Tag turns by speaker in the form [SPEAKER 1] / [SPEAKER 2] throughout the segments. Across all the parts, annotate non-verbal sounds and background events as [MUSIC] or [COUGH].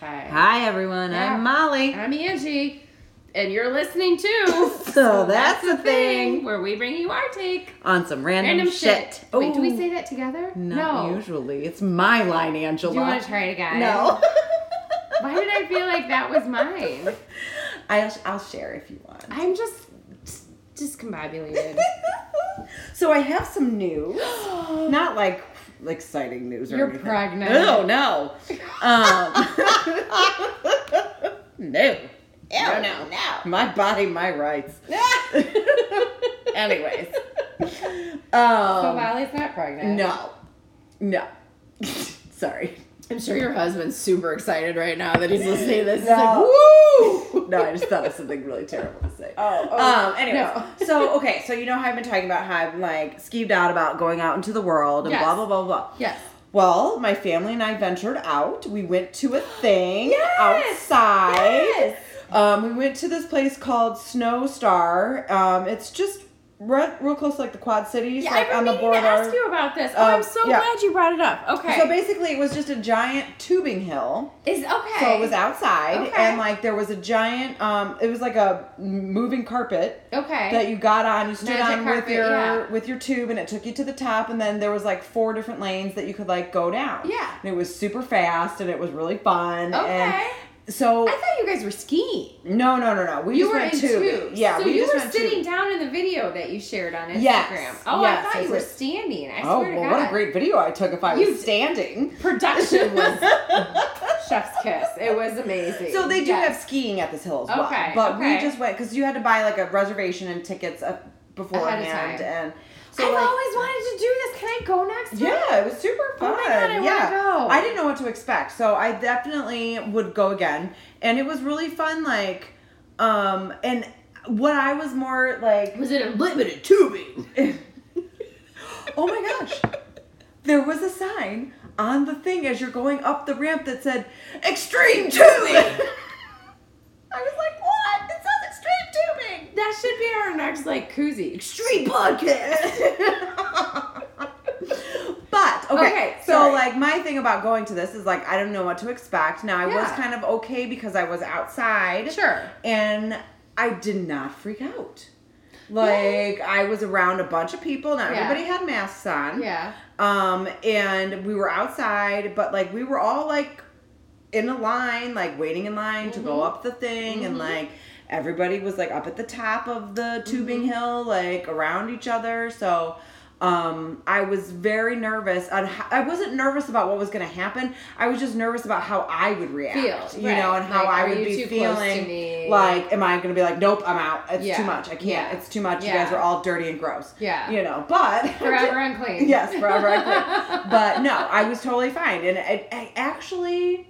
[SPEAKER 1] Hi.
[SPEAKER 2] Hi, everyone.
[SPEAKER 1] Yeah.
[SPEAKER 2] I'm Molly.
[SPEAKER 1] I'm Angie, and you're listening to.
[SPEAKER 2] [LAUGHS] So that's the thing.
[SPEAKER 1] where we bring you our take.
[SPEAKER 2] On some random,
[SPEAKER 1] Random
[SPEAKER 2] shit.
[SPEAKER 1] shit. Wait, do we
[SPEAKER 2] Ooh,
[SPEAKER 1] say that together?
[SPEAKER 2] Not
[SPEAKER 1] no.
[SPEAKER 2] usually. It's my line, Angela.
[SPEAKER 1] Do you want to try it again?
[SPEAKER 2] No.
[SPEAKER 1] [LAUGHS] Why did I feel like that was mine?
[SPEAKER 2] [LAUGHS] I'll, I'll share if you want. [LAUGHS]
[SPEAKER 1] I'm just dis- discombobulated.
[SPEAKER 2] so I have some news.
[SPEAKER 1] [LAUGHS]
[SPEAKER 2] Not like exciting news or
[SPEAKER 1] You're
[SPEAKER 2] anything.
[SPEAKER 1] pregnant.
[SPEAKER 2] No, no.
[SPEAKER 1] [LAUGHS]
[SPEAKER 2] Um, no.
[SPEAKER 1] No, no, no.
[SPEAKER 2] My body, my rights. Anyways. Um,
[SPEAKER 1] [LAUGHS] so Molly's not pregnant.
[SPEAKER 2] No. No. [LAUGHS] Sorry.
[SPEAKER 1] I'm sure your husband's super excited right now that he's listening to this. He's
[SPEAKER 2] No. No, I just
[SPEAKER 1] [LAUGHS]
[SPEAKER 2] thought of something really terrible to say.
[SPEAKER 1] Oh, oh,
[SPEAKER 2] Um, anyway,
[SPEAKER 1] no.
[SPEAKER 2] so okay, so you know how I've been talking about how I'm like skeeved out about going out into the world and
[SPEAKER 1] Yes.
[SPEAKER 2] blah blah blah blah.
[SPEAKER 1] Yes.
[SPEAKER 2] Well, my family and I ventured out. We went to a thing
[SPEAKER 1] Yes!
[SPEAKER 2] outside.
[SPEAKER 1] Yes!
[SPEAKER 2] Um, we went to this place called Snow Star. Um, it's just re- real close to like the Quad Cities,
[SPEAKER 1] Yeah,
[SPEAKER 2] like
[SPEAKER 1] I've
[SPEAKER 2] on
[SPEAKER 1] been
[SPEAKER 2] the
[SPEAKER 1] meaning to
[SPEAKER 2] border.
[SPEAKER 1] ask you about this. Oh,
[SPEAKER 2] Um,
[SPEAKER 1] I'm so
[SPEAKER 2] yeah.
[SPEAKER 1] glad you brought it up. Okay.
[SPEAKER 2] So basically, it was just a giant tubing hill.
[SPEAKER 1] is okay.
[SPEAKER 2] So it was outside,
[SPEAKER 1] Okay.
[SPEAKER 2] and like there was a giant. Um, it was like a moving carpet
[SPEAKER 1] Okay.
[SPEAKER 2] that you got on. You stood
[SPEAKER 1] Magic
[SPEAKER 2] on
[SPEAKER 1] carpet,
[SPEAKER 2] with your
[SPEAKER 1] yeah.
[SPEAKER 2] with your tube, and it took you to the top. And then there was like four different lanes that you could like go down.
[SPEAKER 1] Yeah.
[SPEAKER 2] and it was super fast, and it was really fun.
[SPEAKER 1] Okay.
[SPEAKER 2] And so
[SPEAKER 1] I thought you guys were skiing.
[SPEAKER 2] no, no, no, no. We
[SPEAKER 1] You
[SPEAKER 2] just
[SPEAKER 1] were in
[SPEAKER 2] went
[SPEAKER 1] tubes.
[SPEAKER 2] tubing. Yeah,
[SPEAKER 1] So
[SPEAKER 2] we
[SPEAKER 1] you
[SPEAKER 2] just
[SPEAKER 1] were
[SPEAKER 2] went
[SPEAKER 1] sitting
[SPEAKER 2] tubing.
[SPEAKER 1] down in the video that you shared on Instagram.
[SPEAKER 2] Yes.
[SPEAKER 1] Oh,
[SPEAKER 2] Yes,
[SPEAKER 1] I
[SPEAKER 2] I
[SPEAKER 1] thought you were
[SPEAKER 2] did.
[SPEAKER 1] standing. I
[SPEAKER 2] Oh,
[SPEAKER 1] swear to
[SPEAKER 2] well,
[SPEAKER 1] God.
[SPEAKER 2] what a great video I took if I was
[SPEAKER 1] You d-
[SPEAKER 2] standing.
[SPEAKER 1] [LAUGHS]
[SPEAKER 2] [LAUGHS]
[SPEAKER 1] production was chef's kiss. It was amazing.
[SPEAKER 2] So they do
[SPEAKER 1] Yes.
[SPEAKER 2] have skiing at this hill as well.
[SPEAKER 1] Okay,
[SPEAKER 2] but we
[SPEAKER 1] okay.
[SPEAKER 2] just went because you had to buy like a reservation and tickets up beforehand,
[SPEAKER 1] time.
[SPEAKER 2] and so
[SPEAKER 1] I've
[SPEAKER 2] like,
[SPEAKER 1] always wanted to do this. Can I go next? year?
[SPEAKER 2] yeah, it was super
[SPEAKER 1] Oh
[SPEAKER 2] fun.
[SPEAKER 1] my God, I wanna
[SPEAKER 2] yeah,
[SPEAKER 1] go.
[SPEAKER 2] I didn't know what to expect, so I definitely would go again, and it was really fun. Like, um, and what I was more like,
[SPEAKER 1] Was it unlimited tubing?
[SPEAKER 2] oh my
[SPEAKER 1] [LAUGHS]
[SPEAKER 2] gosh, there was a sign on the thing as you're going up the ramp that said
[SPEAKER 1] [LAUGHS]
[SPEAKER 2] extreme tubing. I was like, what? It says extreme tubing.
[SPEAKER 1] That should be our next like koozie.
[SPEAKER 2] Street podcast. but okay,
[SPEAKER 1] Okay,
[SPEAKER 2] so
[SPEAKER 1] sorry.
[SPEAKER 2] like my thing about going to this is like I don't know what to expect. Now I was
[SPEAKER 1] Yeah.
[SPEAKER 2] kind of okay because I was outside
[SPEAKER 1] Sure.
[SPEAKER 2] and I did not freak out. Like I was around a bunch of people. Not
[SPEAKER 1] Yeah.
[SPEAKER 2] everybody had masks on.
[SPEAKER 1] Yeah.
[SPEAKER 2] Um, and we were outside, but like we were all like in a line, like waiting in line to go
[SPEAKER 1] Mm-hmm.
[SPEAKER 2] up the thing, and like everybody was like up at the top of the tubing
[SPEAKER 1] Mm-hmm.
[SPEAKER 2] hill, like around each other. So um I was very nervous. on h- I wasn't nervous about what was going to happen. I was just nervous about how I would react,
[SPEAKER 1] Feel,
[SPEAKER 2] you
[SPEAKER 1] right.
[SPEAKER 2] know, and how
[SPEAKER 1] Like,
[SPEAKER 2] I
[SPEAKER 1] are
[SPEAKER 2] would
[SPEAKER 1] you
[SPEAKER 2] be
[SPEAKER 1] too close to
[SPEAKER 2] feeling.
[SPEAKER 1] me?
[SPEAKER 2] Like, am I going to be like, nope, I'm out. It's
[SPEAKER 1] Yeah.
[SPEAKER 2] too much. I can't.
[SPEAKER 1] Yeah.
[SPEAKER 2] It's too much. You
[SPEAKER 1] Yeah.
[SPEAKER 2] guys are all dirty and gross.
[SPEAKER 1] Yeah.
[SPEAKER 2] You know, but [LAUGHS]
[SPEAKER 1] Forever unclean.
[SPEAKER 2] Yes, forever I quit. but no, I was totally fine, and I, I actually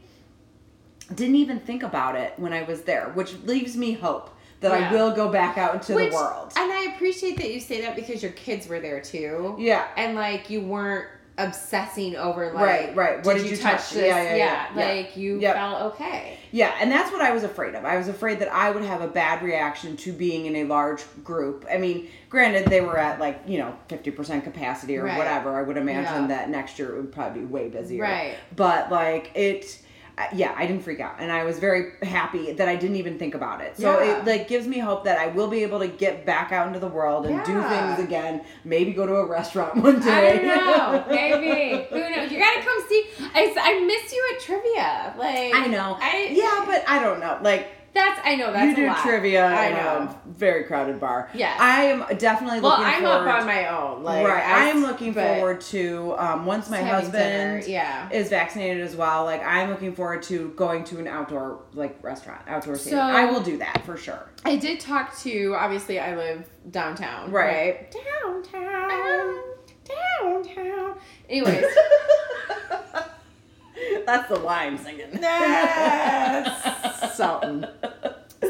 [SPEAKER 2] didn't even think about it when I was there, which leaves me hope that I
[SPEAKER 1] Yeah.
[SPEAKER 2] will go back out into
[SPEAKER 1] Which-
[SPEAKER 2] the world.
[SPEAKER 1] And I appreciate that you say that because your kids were there too.
[SPEAKER 2] yeah,
[SPEAKER 1] And like you weren't obsessing over like
[SPEAKER 2] Right, right. What did you touch?
[SPEAKER 1] this?
[SPEAKER 2] Yeah, yeah, yeah, yeah.
[SPEAKER 1] Like you
[SPEAKER 2] Yep.
[SPEAKER 1] felt
[SPEAKER 2] [LAUGHS]
[SPEAKER 1] okay.
[SPEAKER 2] yeah, and that's what I was afraid of. I was afraid that I would have a bad reaction to being in a large group. I mean, granted, they were at like you know fifty percent capacity or
[SPEAKER 1] Right.
[SPEAKER 2] whatever. I would imagine
[SPEAKER 1] Yeah.
[SPEAKER 2] that next year it would probably be way busier.
[SPEAKER 1] Right.
[SPEAKER 2] but like it I- yeah i didn't freak out and i was very happy that i didn't even think about it so
[SPEAKER 1] Yeah.
[SPEAKER 2] it like gives me hope that i will be able to get back out into the world and do
[SPEAKER 1] Yeah.
[SPEAKER 2] things again maybe go to a restaurant [LAUGHS] one
[SPEAKER 1] I
[SPEAKER 2] day
[SPEAKER 1] don't know. Maybe. Who knows? You gotta come see. I, s- I miss you at trivia. Like
[SPEAKER 2] [LAUGHS] I know.
[SPEAKER 1] I
[SPEAKER 2] yeah but i don't know like
[SPEAKER 1] that's I know that's
[SPEAKER 2] you do
[SPEAKER 1] a lot.
[SPEAKER 2] trivia
[SPEAKER 1] I
[SPEAKER 2] in
[SPEAKER 1] know.
[SPEAKER 2] a very crowded bar
[SPEAKER 1] Yes.
[SPEAKER 2] i am definitely
[SPEAKER 1] well,
[SPEAKER 2] looking
[SPEAKER 1] I'm
[SPEAKER 2] forward
[SPEAKER 1] up on my own. Like
[SPEAKER 2] right i am looking
[SPEAKER 1] but
[SPEAKER 2] forward to um, once my
[SPEAKER 1] having dinner,
[SPEAKER 2] husband
[SPEAKER 1] Yeah.
[SPEAKER 2] is vaccinated as well like i'm looking forward to going to an outdoor like restaurant outdoor
[SPEAKER 1] So-
[SPEAKER 2] theater i will do that
[SPEAKER 1] [LAUGHS]
[SPEAKER 2] for sure
[SPEAKER 1] I did talk to obviously I live downtown,
[SPEAKER 2] Right.
[SPEAKER 1] right? Downtown, downtown. Anyways,
[SPEAKER 2] That's the lime singing.
[SPEAKER 1] [LAUGHS] Yes. Something.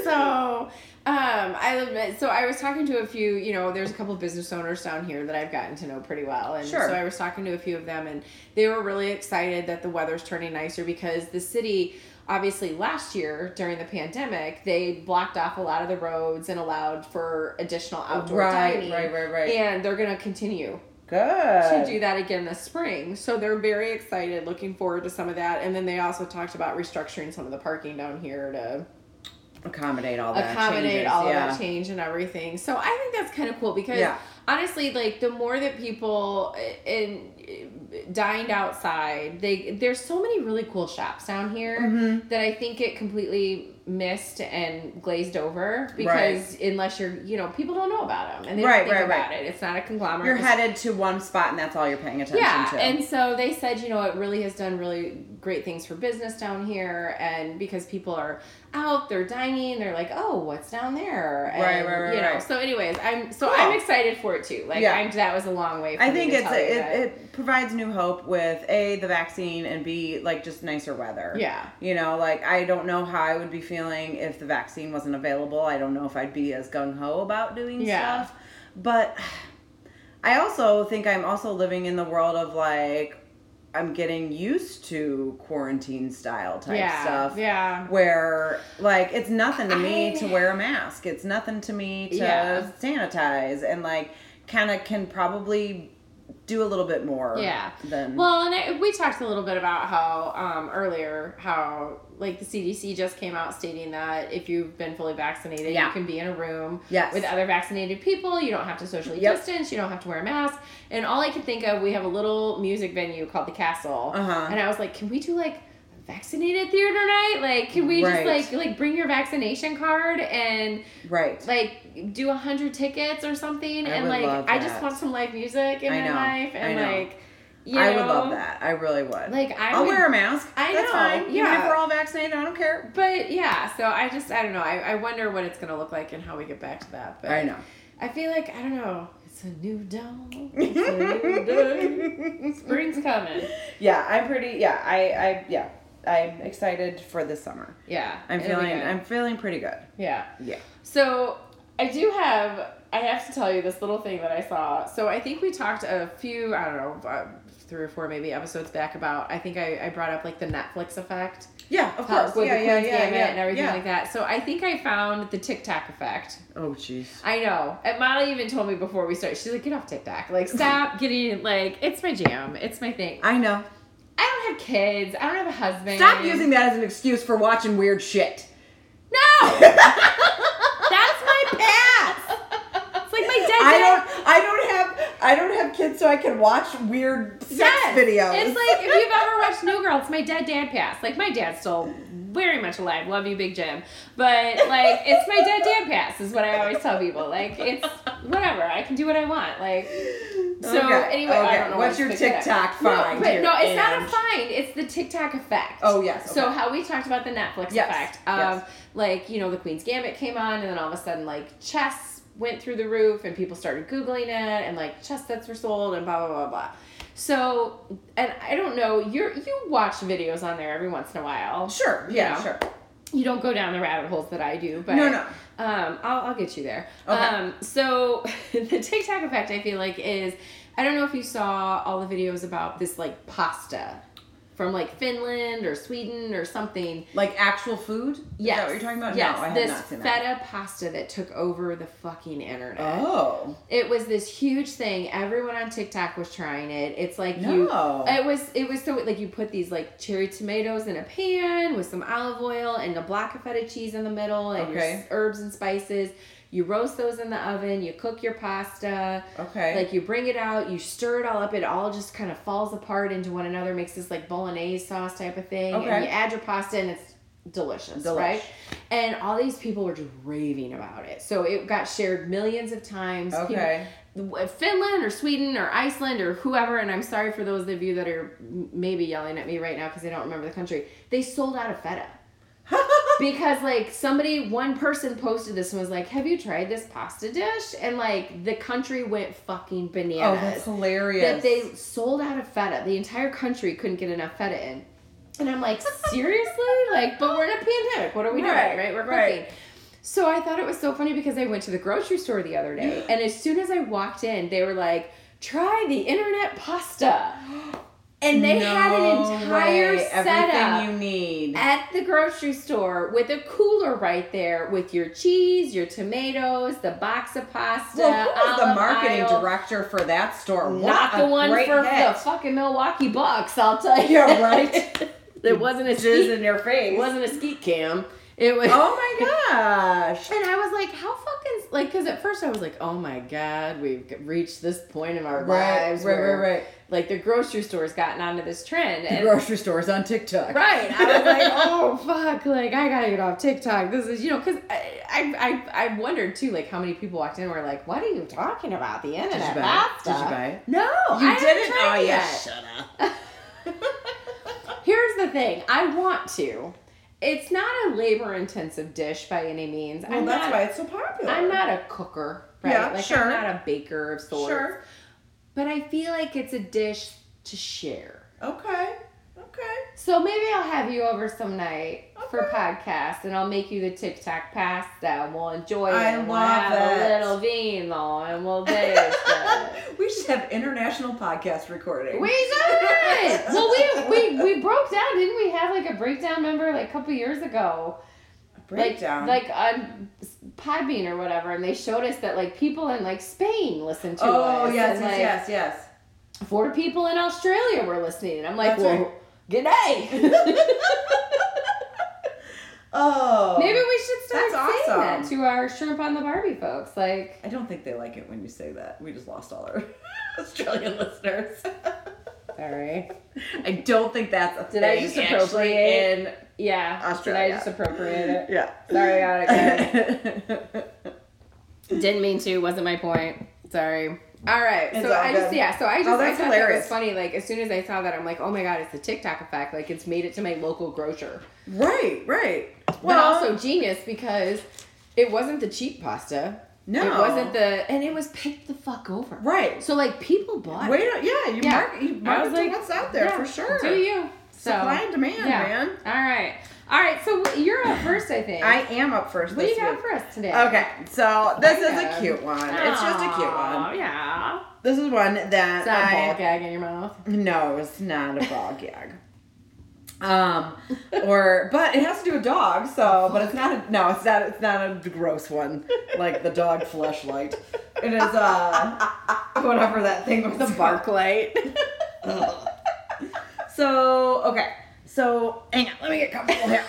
[SPEAKER 1] so um, I live. So I was talking to a few. You know, there's a couple business owners down here that I've gotten to know pretty well, and
[SPEAKER 2] Sure.
[SPEAKER 1] so I was talking to a few of them, and they were really excited that the weather's turning nicer because the city. Obviously, last year during the pandemic, they blocked off a lot of the roads and allowed for additional outdoor
[SPEAKER 2] Right,
[SPEAKER 1] dining.
[SPEAKER 2] right, right, right.
[SPEAKER 1] And they're going to continue
[SPEAKER 2] [LAUGHS] Good.
[SPEAKER 1] to do that again this spring. So they're very excited, looking forward to some of that. And then they also talked about restructuring some of the parking down here to
[SPEAKER 2] accommodate all that.
[SPEAKER 1] accommodate
[SPEAKER 2] changes,
[SPEAKER 1] all
[SPEAKER 2] yeah.
[SPEAKER 1] of that change and everything. So I think that's kind of cool because
[SPEAKER 2] Yeah.
[SPEAKER 1] honestly, like the more that people uh, in uh, dined outside, they there's so many really cool shops down here
[SPEAKER 2] Mm-hmm.
[SPEAKER 1] that I think it completely missed and glazed over because unless you're you know people don't know about them and they
[SPEAKER 2] Right,
[SPEAKER 1] don't think
[SPEAKER 2] right,
[SPEAKER 1] about
[SPEAKER 2] right.
[SPEAKER 1] it. It's not a conglomerate.
[SPEAKER 2] You're
[SPEAKER 1] It's
[SPEAKER 2] headed to one spot, and that's all you're paying attention
[SPEAKER 1] yeah,
[SPEAKER 2] to.
[SPEAKER 1] and so they said, you know, it really has done really great things for business down here, and because people are out, they're dining, they're like, oh, what's down there? And,
[SPEAKER 2] Right, right, right,
[SPEAKER 1] You know,
[SPEAKER 2] right.
[SPEAKER 1] so anyways, I'm so
[SPEAKER 2] Cool.
[SPEAKER 1] I'm excited for it too. Like,
[SPEAKER 2] Yeah.
[SPEAKER 1] I'm that was a long way. For
[SPEAKER 2] I
[SPEAKER 1] me
[SPEAKER 2] think
[SPEAKER 1] to
[SPEAKER 2] it's
[SPEAKER 1] tell you
[SPEAKER 2] it,
[SPEAKER 1] that.
[SPEAKER 2] it provides new hope with a the vaccine and b like just nicer weather.
[SPEAKER 1] Yeah.
[SPEAKER 2] You know, like I don't know how I would be feeling if the vaccine wasn't available. I don't know if I'd be as gung ho about doing
[SPEAKER 1] Yeah.
[SPEAKER 2] stuff. But I also think I'm also living in the world of like I'm getting used to quarantine style type
[SPEAKER 1] yeah,
[SPEAKER 2] stuff.
[SPEAKER 1] yeah.
[SPEAKER 2] Where like it's nothing to me
[SPEAKER 1] I-
[SPEAKER 2] to wear a mask. It's nothing to me to
[SPEAKER 1] Yeah.
[SPEAKER 2] sanitize and like kind of can probably do a little bit more.
[SPEAKER 1] Yeah.
[SPEAKER 2] Than
[SPEAKER 1] Well, and I, we talked a little bit about how um, earlier how like the CDC just came out stating that if you've been fully vaccinated,
[SPEAKER 2] Yeah.
[SPEAKER 1] you can be in a room
[SPEAKER 2] Yes.
[SPEAKER 1] with other vaccinated people. You don't have to socially
[SPEAKER 2] Yep.
[SPEAKER 1] distance. You don't have to wear a mask. And all I could think of, we have a little music venue called the Castle,
[SPEAKER 2] Uh-huh.
[SPEAKER 1] and I was like, can we do like a vaccinated theater night? Like, can we
[SPEAKER 2] Right.
[SPEAKER 1] just like like bring your vaccination card and
[SPEAKER 2] right.
[SPEAKER 1] like do a hundred tickets or something?
[SPEAKER 2] I
[SPEAKER 1] and
[SPEAKER 2] would
[SPEAKER 1] like,
[SPEAKER 2] love
[SPEAKER 1] I just
[SPEAKER 2] that.
[SPEAKER 1] want some live music in
[SPEAKER 2] I
[SPEAKER 1] my
[SPEAKER 2] know.
[SPEAKER 1] life, and
[SPEAKER 2] I know.
[SPEAKER 1] like. You
[SPEAKER 2] I would
[SPEAKER 1] know?
[SPEAKER 2] love that. I really would.
[SPEAKER 1] Like I
[SPEAKER 2] I'll
[SPEAKER 1] would,
[SPEAKER 2] wear a mask.
[SPEAKER 1] I
[SPEAKER 2] That's
[SPEAKER 1] know,
[SPEAKER 2] fine. Even if
[SPEAKER 1] yeah.
[SPEAKER 2] we're all vaccinated, I don't care.
[SPEAKER 1] but yeah. So I just I don't know. I, I wonder what it's gonna look like and how we get back to that. But
[SPEAKER 2] I
[SPEAKER 1] [LAUGHS]
[SPEAKER 2] know.
[SPEAKER 1] I feel like I don't know. It's a new
[SPEAKER 2] [LAUGHS]
[SPEAKER 1] dawn. It's a new day. Spring's coming.
[SPEAKER 2] yeah, I'm pretty. Yeah, I. I. Yeah, I'm excited for this summer.
[SPEAKER 1] Yeah.
[SPEAKER 2] I'm
[SPEAKER 1] it'll be
[SPEAKER 2] feeling.
[SPEAKER 1] good.
[SPEAKER 2] I'm feeling pretty good.
[SPEAKER 1] yeah.
[SPEAKER 2] Yeah.
[SPEAKER 1] So I do have. I have to tell you this little thing that I saw. So I think we talked a few. I don't know. Uh, three or four maybe episodes back about i think I, I brought up like the netflix effect
[SPEAKER 2] Yeah, of
[SPEAKER 1] how-
[SPEAKER 2] course.
[SPEAKER 1] with
[SPEAKER 2] Yeah,
[SPEAKER 1] the
[SPEAKER 2] yeah,
[SPEAKER 1] Queen's
[SPEAKER 2] yeah,
[SPEAKER 1] Gambit
[SPEAKER 2] yeah,
[SPEAKER 1] and everything
[SPEAKER 2] yeah.
[SPEAKER 1] like that so i think i found the tic-tac effect
[SPEAKER 2] Oh, jeez.
[SPEAKER 1] I know. And Molly even told me before we started, she's like, get off TikTok.
[SPEAKER 2] [LAUGHS]
[SPEAKER 1] Like, stop getting, like, it's my jam. It's my thing.
[SPEAKER 2] I know.
[SPEAKER 1] I don't have kids. I don't have a husband.
[SPEAKER 2] Stop using that as an excuse for watching
[SPEAKER 1] [LAUGHS]
[SPEAKER 2] weird shit. [LAUGHS]
[SPEAKER 1] No! That's my pass! It's like my dead
[SPEAKER 2] I
[SPEAKER 1] dad.
[SPEAKER 2] don't. I don't have. I don't have kids, so I can watch weird sex
[SPEAKER 1] Yes.
[SPEAKER 2] videos.
[SPEAKER 1] It's like if you've ever watched New Girl, it's my dead dad pass. Like my dad's still very much alive. Love you, Big Jim. But like it's my dead dad pass is what I always tell people. Like it's whatever. I can do what I want. Like so
[SPEAKER 2] Okay,
[SPEAKER 1] anyway, I
[SPEAKER 2] okay.
[SPEAKER 1] don't know.
[SPEAKER 2] What's your
[SPEAKER 1] TikTok
[SPEAKER 2] TikTok
[SPEAKER 1] No,
[SPEAKER 2] find
[SPEAKER 1] but
[SPEAKER 2] here,
[SPEAKER 1] no, it's not a
[SPEAKER 2] Ange?
[SPEAKER 1] find. It's the TikTok effect.
[SPEAKER 2] Oh, yes,
[SPEAKER 1] So
[SPEAKER 2] okay.
[SPEAKER 1] how we talked about the Netflix
[SPEAKER 2] Yes,
[SPEAKER 1] effect Um,
[SPEAKER 2] yes.
[SPEAKER 1] of like you know the Queen's Gambit came on and then all of a sudden like chess went through the roof and people started googling it and like chess sets were sold and blah blah blah blah. So and I don't know you are you watch videos on there every once in a while.
[SPEAKER 2] [LAUGHS] sure.
[SPEAKER 1] you
[SPEAKER 2] Yeah.
[SPEAKER 1] know.
[SPEAKER 2] Sure.
[SPEAKER 1] You don't go down the rabbit holes that I do, but
[SPEAKER 2] No, no.
[SPEAKER 1] um, I'll, I'll get you there.
[SPEAKER 2] Okay.
[SPEAKER 1] Um, so [LAUGHS] the TikTok effect, I feel like, is I don't know if you saw all the videos about this like pasta from like Finland or Sweden or something.
[SPEAKER 2] Like actual food. Is
[SPEAKER 1] Yes.
[SPEAKER 2] that what you're talking about?
[SPEAKER 1] Yes.
[SPEAKER 2] No, I have
[SPEAKER 1] this
[SPEAKER 2] not seen
[SPEAKER 1] feta
[SPEAKER 2] that.
[SPEAKER 1] pasta that took over the fucking internet.
[SPEAKER 2] Oh.
[SPEAKER 1] It was this huge thing. Everyone on TikTok was trying it. It's like you. uh,
[SPEAKER 2] No.
[SPEAKER 1] It was it was so like you put these like cherry tomatoes in a pan with some olive oil and a block of feta cheese in the middle and your
[SPEAKER 2] Okay.
[SPEAKER 1] s- herbs and spices. You roast those in the oven. You cook your pasta.
[SPEAKER 2] okay. [LAUGHS]
[SPEAKER 1] Like you bring it out, you stir it all up. It all just kind of falls apart into one another, makes this like bolognese sauce type of thing.
[SPEAKER 2] Okay.
[SPEAKER 1] And you add your pasta, and it's delicious,
[SPEAKER 2] Delish.
[SPEAKER 1] right? And all these people were just raving about it. So it got shared millions of times. People-
[SPEAKER 2] okay.
[SPEAKER 1] Finland or Sweden or Iceland or whoever, and I'm sorry for those of you that are m- maybe yelling at me right now because I don't remember the country, they sold out of feta.
[SPEAKER 2] Oh,
[SPEAKER 1] because, like, somebody, one person posted this and was like, Have you tried this pasta dish? And, like, the country went fucking
[SPEAKER 2] Oh,
[SPEAKER 1] bananas
[SPEAKER 2] that's hilarious.
[SPEAKER 1] that they sold out of feta. The entire country couldn't get enough feta in. And I'm like, seriously? like, but we're in a pandemic. What are we
[SPEAKER 2] Right,
[SPEAKER 1] doing? Right? We're cooking.
[SPEAKER 2] right.
[SPEAKER 1] So I thought it was so funny because I went to the grocery store the other day, and as soon as I walked in, they were like, try the internet pasta. [GASPS] And they had
[SPEAKER 2] No
[SPEAKER 1] an entire
[SPEAKER 2] way.
[SPEAKER 1] setup
[SPEAKER 2] Everything you need.
[SPEAKER 1] at the grocery store with a cooler right there with your cheese, your tomatoes, the box of pasta.
[SPEAKER 2] Well, who was the
[SPEAKER 1] olive
[SPEAKER 2] marketing
[SPEAKER 1] oil.
[SPEAKER 2] director for that store? What
[SPEAKER 1] Not
[SPEAKER 2] a
[SPEAKER 1] the one
[SPEAKER 2] great
[SPEAKER 1] for the
[SPEAKER 2] hit.
[SPEAKER 1] fucking Milwaukee Bucks, I'll tell you.
[SPEAKER 2] Yeah, right.
[SPEAKER 1] [LAUGHS] it wasn't a
[SPEAKER 2] Jizz
[SPEAKER 1] skeet,
[SPEAKER 2] in your face.
[SPEAKER 1] it wasn't a skeet cam. It was
[SPEAKER 2] oh my [LAUGHS] gosh.
[SPEAKER 1] And I was like, how fucking like? Because at first I was like, oh my god, we've reached this point in our lives where
[SPEAKER 2] right.
[SPEAKER 1] like the grocery store's gotten onto this trend.
[SPEAKER 2] The
[SPEAKER 1] And,
[SPEAKER 2] grocery stores on TikTok.
[SPEAKER 1] right? I was
[SPEAKER 2] [LAUGHS]
[SPEAKER 1] like, oh fuck, like I gotta get off TikTok. This is you know because I, I I I wondered too like how many people walked in and were like, what are you talking about? The
[SPEAKER 2] Did you
[SPEAKER 1] internet?
[SPEAKER 2] buy it?
[SPEAKER 1] pasta.
[SPEAKER 2] Did you buy it?
[SPEAKER 1] No,
[SPEAKER 2] You
[SPEAKER 1] I Haven't
[SPEAKER 2] didn't? Oh,
[SPEAKER 1] tried it
[SPEAKER 2] yeah.
[SPEAKER 1] yet.
[SPEAKER 2] Shut up.
[SPEAKER 1] Here's the thing. I want to. It's not a labor-intensive dish by any means.
[SPEAKER 2] Well,
[SPEAKER 1] I'm
[SPEAKER 2] that's
[SPEAKER 1] not
[SPEAKER 2] why it's so popular.
[SPEAKER 1] I'm not a cooker, right?
[SPEAKER 2] Yeah,
[SPEAKER 1] like
[SPEAKER 2] sure.
[SPEAKER 1] I'm not a baker of sorts.
[SPEAKER 2] Sure.
[SPEAKER 1] But I feel like it's a dish to share.
[SPEAKER 2] Okay. Okay.
[SPEAKER 1] [LAUGHS] So maybe I'll have you over some night for
[SPEAKER 2] Okay.
[SPEAKER 1] podcast and I'll make you the TikTok pasta and we'll enjoy it.
[SPEAKER 2] I
[SPEAKER 1] and we'll
[SPEAKER 2] love
[SPEAKER 1] have
[SPEAKER 2] it.
[SPEAKER 1] a little vino and we'll taste it.
[SPEAKER 2] [LAUGHS] we should have international podcast recording.
[SPEAKER 1] We
[SPEAKER 2] [LAUGHS]
[SPEAKER 1] should! well, we, we we broke down, didn't we? Have like a breakdown member like a couple years ago,
[SPEAKER 2] breakdown.
[SPEAKER 1] like like on Podbean or whatever, and they showed us that like people in like Spain listen to
[SPEAKER 2] oh
[SPEAKER 1] us.
[SPEAKER 2] yes,
[SPEAKER 1] and,
[SPEAKER 2] yes,
[SPEAKER 1] like,
[SPEAKER 2] yes, yes.
[SPEAKER 1] four people in Australia were listening. And I'm like,
[SPEAKER 2] That's
[SPEAKER 1] well, good [LAUGHS] g'day.
[SPEAKER 2] Oh.
[SPEAKER 1] Maybe we should start
[SPEAKER 2] That's
[SPEAKER 1] saying
[SPEAKER 2] awesome.
[SPEAKER 1] that to our shrimp on the Barbie folks. Like,
[SPEAKER 2] I don't think they like it when you say that. We just lost all our [LAUGHS] Australian listeners. [LAUGHS]
[SPEAKER 1] sorry.
[SPEAKER 2] I don't think that's a
[SPEAKER 1] Did I
[SPEAKER 2] thing.
[SPEAKER 1] just
[SPEAKER 2] actually
[SPEAKER 1] appropriate?
[SPEAKER 2] in
[SPEAKER 1] Yeah. Did
[SPEAKER 2] Australia.
[SPEAKER 1] I just appropriate it?
[SPEAKER 2] Yeah.
[SPEAKER 1] Sorry about it,
[SPEAKER 2] guys.
[SPEAKER 1] [LAUGHS] Didn't mean to. Wasn't my point. Sorry. All right.
[SPEAKER 2] It's
[SPEAKER 1] so
[SPEAKER 2] all
[SPEAKER 1] I just
[SPEAKER 2] good.
[SPEAKER 1] yeah. So I just
[SPEAKER 2] Oh,
[SPEAKER 1] I
[SPEAKER 2] that's
[SPEAKER 1] thought that
[SPEAKER 2] hilarious.
[SPEAKER 1] was funny. Like as soon as I saw that, I'm like, oh my god, it's the TikTok effect. Like it's made it to my local grocer.
[SPEAKER 2] [LAUGHS] right, right.
[SPEAKER 1] but also genius because it wasn't the cheap pasta.
[SPEAKER 2] no.
[SPEAKER 1] It wasn't the and it was picked the fuck over.
[SPEAKER 2] right.
[SPEAKER 1] So like people bought.
[SPEAKER 2] Wait, yeah, you
[SPEAKER 1] Yeah.
[SPEAKER 2] mark, you
[SPEAKER 1] I
[SPEAKER 2] mark
[SPEAKER 1] was
[SPEAKER 2] it
[SPEAKER 1] like,
[SPEAKER 2] to what's out there
[SPEAKER 1] yeah,
[SPEAKER 2] for sure.
[SPEAKER 1] Do you? So
[SPEAKER 2] Supply and demand,
[SPEAKER 1] yeah.
[SPEAKER 2] man.
[SPEAKER 1] All right, all right. So you're up first, I think.
[SPEAKER 2] I am up first.
[SPEAKER 1] what do
[SPEAKER 2] this
[SPEAKER 1] you got
[SPEAKER 2] week.
[SPEAKER 1] for us today?
[SPEAKER 2] Okay, so this is a
[SPEAKER 1] Okay.
[SPEAKER 2] cute one. It's just a cute
[SPEAKER 1] Aw,
[SPEAKER 2] one.
[SPEAKER 1] Yeah.
[SPEAKER 2] This is one that
[SPEAKER 1] It's not a
[SPEAKER 2] I
[SPEAKER 1] ball gag in your mouth.
[SPEAKER 2] No, it's not a ball gag. Um, or but it has to do with dogs. So, but it's not. A, no, it's not. It's not a gross one like the dog fleshlight. It is uh whatever that thing was.
[SPEAKER 1] The [LAUGHS] bark light.
[SPEAKER 2] Ugh. so okay. So hang on. Let me get comfortable here.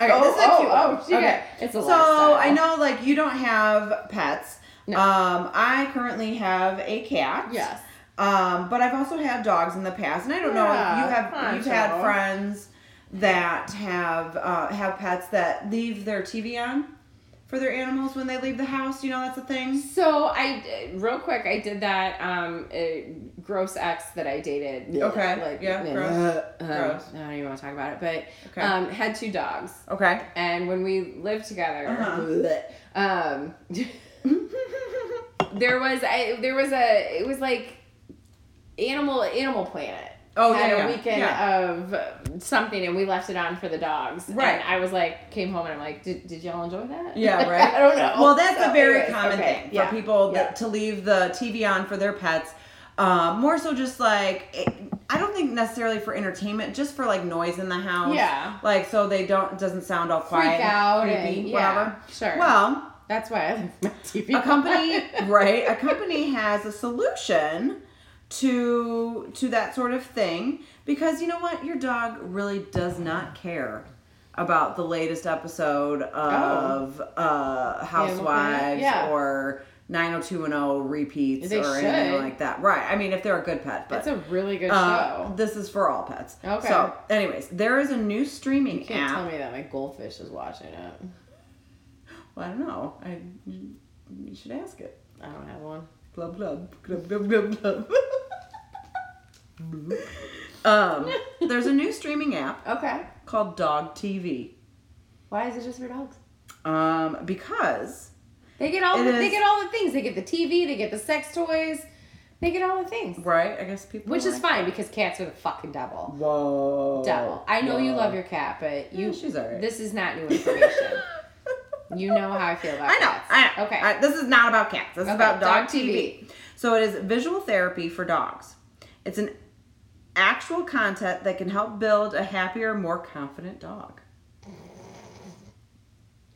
[SPEAKER 2] Okay,
[SPEAKER 1] Oh,
[SPEAKER 2] this is a
[SPEAKER 1] oh,
[SPEAKER 2] cute one.
[SPEAKER 1] oh, she
[SPEAKER 2] okay.
[SPEAKER 1] got- it's a
[SPEAKER 2] so
[SPEAKER 1] lifestyle.
[SPEAKER 2] I know like you don't have pets.
[SPEAKER 1] No.
[SPEAKER 2] Um, I currently have a cat.
[SPEAKER 1] [LAUGHS] yes.
[SPEAKER 2] Um, but I've also had dogs in the past, and I don't know if
[SPEAKER 1] Yeah,
[SPEAKER 2] you have
[SPEAKER 1] fun,
[SPEAKER 2] you've had
[SPEAKER 1] so.
[SPEAKER 2] friends that have uh, have pets that leave their TV on for their animals when they leave the house. You know that's a thing.
[SPEAKER 1] So I d- real quick I did that um uh, gross ex that I dated.
[SPEAKER 2] Okay, yeah, gross,
[SPEAKER 1] um,
[SPEAKER 2] gross.
[SPEAKER 1] I don't even want to talk about it, but
[SPEAKER 2] Okay.
[SPEAKER 1] um had two dogs.
[SPEAKER 2] Okay.
[SPEAKER 1] And when we lived together,
[SPEAKER 2] Uh-huh.
[SPEAKER 1] um, [LAUGHS] there was I, there was a it was like animal Animal Planet.
[SPEAKER 2] Oh,
[SPEAKER 1] had
[SPEAKER 2] yeah,
[SPEAKER 1] a
[SPEAKER 2] yeah,
[SPEAKER 1] weekend
[SPEAKER 2] yeah.
[SPEAKER 1] of something, and we left it on for the dogs.
[SPEAKER 2] Right.
[SPEAKER 1] And I was like, came home, and I'm like, did, did y'all enjoy that? [LAUGHS]
[SPEAKER 2] Yeah, right.
[SPEAKER 1] I don't know.
[SPEAKER 2] [LAUGHS] Well, that's
[SPEAKER 1] So
[SPEAKER 2] a very
[SPEAKER 1] anyways,
[SPEAKER 2] common
[SPEAKER 1] okay,
[SPEAKER 2] thing for
[SPEAKER 1] yeah,
[SPEAKER 2] people
[SPEAKER 1] yeah.
[SPEAKER 2] that, to leave the TV on for their pets. Um, more so, just like it, I don't think necessarily for entertainment, just for like noise in the house.
[SPEAKER 1] Yeah.
[SPEAKER 2] Like so they don't it doesn't sound all quiet,
[SPEAKER 1] freak
[SPEAKER 2] and
[SPEAKER 1] out,
[SPEAKER 2] creepy,
[SPEAKER 1] and, yeah,
[SPEAKER 2] whatever.
[SPEAKER 1] Sure.
[SPEAKER 2] Well,
[SPEAKER 1] that's why I left
[SPEAKER 2] [LAUGHS]
[SPEAKER 1] my TV. [LAUGHS]
[SPEAKER 2] a company
[SPEAKER 1] on.
[SPEAKER 2] right a company has a solution to to that sort of thing because you know what your dog really does not care about the latest episode
[SPEAKER 1] Oh.
[SPEAKER 2] of uh, housewives
[SPEAKER 1] Yeah.
[SPEAKER 2] or 90210 repeats
[SPEAKER 1] They
[SPEAKER 2] or anything
[SPEAKER 1] should.
[SPEAKER 2] like that right i mean if they're a good pet but
[SPEAKER 1] That's a really good
[SPEAKER 2] uh,
[SPEAKER 1] show.
[SPEAKER 2] this is for all pets
[SPEAKER 1] Okay.
[SPEAKER 2] so anyways there is a new streaming
[SPEAKER 1] You can't
[SPEAKER 2] app
[SPEAKER 1] tell me that my goldfish is watching it.
[SPEAKER 2] well, i don't know i you should ask it
[SPEAKER 1] I don't have one.
[SPEAKER 2] Glub glub glub glub glub glub. [LAUGHS] um, there's a new streaming app
[SPEAKER 1] Okay.
[SPEAKER 2] called Dog TV.
[SPEAKER 1] Why is it just for dogs?
[SPEAKER 2] Um, because
[SPEAKER 1] They get all
[SPEAKER 2] It
[SPEAKER 1] the,
[SPEAKER 2] is-
[SPEAKER 1] they get all the things. They get the TV. They get the sex toys. They get all the things,
[SPEAKER 2] right, I guess people
[SPEAKER 1] which is
[SPEAKER 2] like-
[SPEAKER 1] fine because cats are the fucking devil.
[SPEAKER 2] Whoa.
[SPEAKER 1] Devil. I know you
[SPEAKER 2] whoa.
[SPEAKER 1] love your cat, but you.
[SPEAKER 2] Oh, Yeah, she's alright.
[SPEAKER 1] This is not new
[SPEAKER 2] [LAUGHS]
[SPEAKER 1] information. you know how I feel about.
[SPEAKER 2] I know.
[SPEAKER 1] Cats.
[SPEAKER 2] I know.
[SPEAKER 1] Okay.
[SPEAKER 2] I- this is not about cats. This
[SPEAKER 1] Okay,
[SPEAKER 2] is about dog,
[SPEAKER 1] dog
[SPEAKER 2] TV.
[SPEAKER 1] TV.
[SPEAKER 2] So it is visual therapy for dogs. It's an actual content that can help build a happier, more confident dog.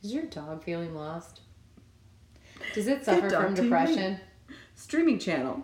[SPEAKER 1] Is your dog feeling lost? Does it suffer
[SPEAKER 2] dog
[SPEAKER 1] from
[SPEAKER 2] TV.
[SPEAKER 1] depression?
[SPEAKER 2] streaming channel.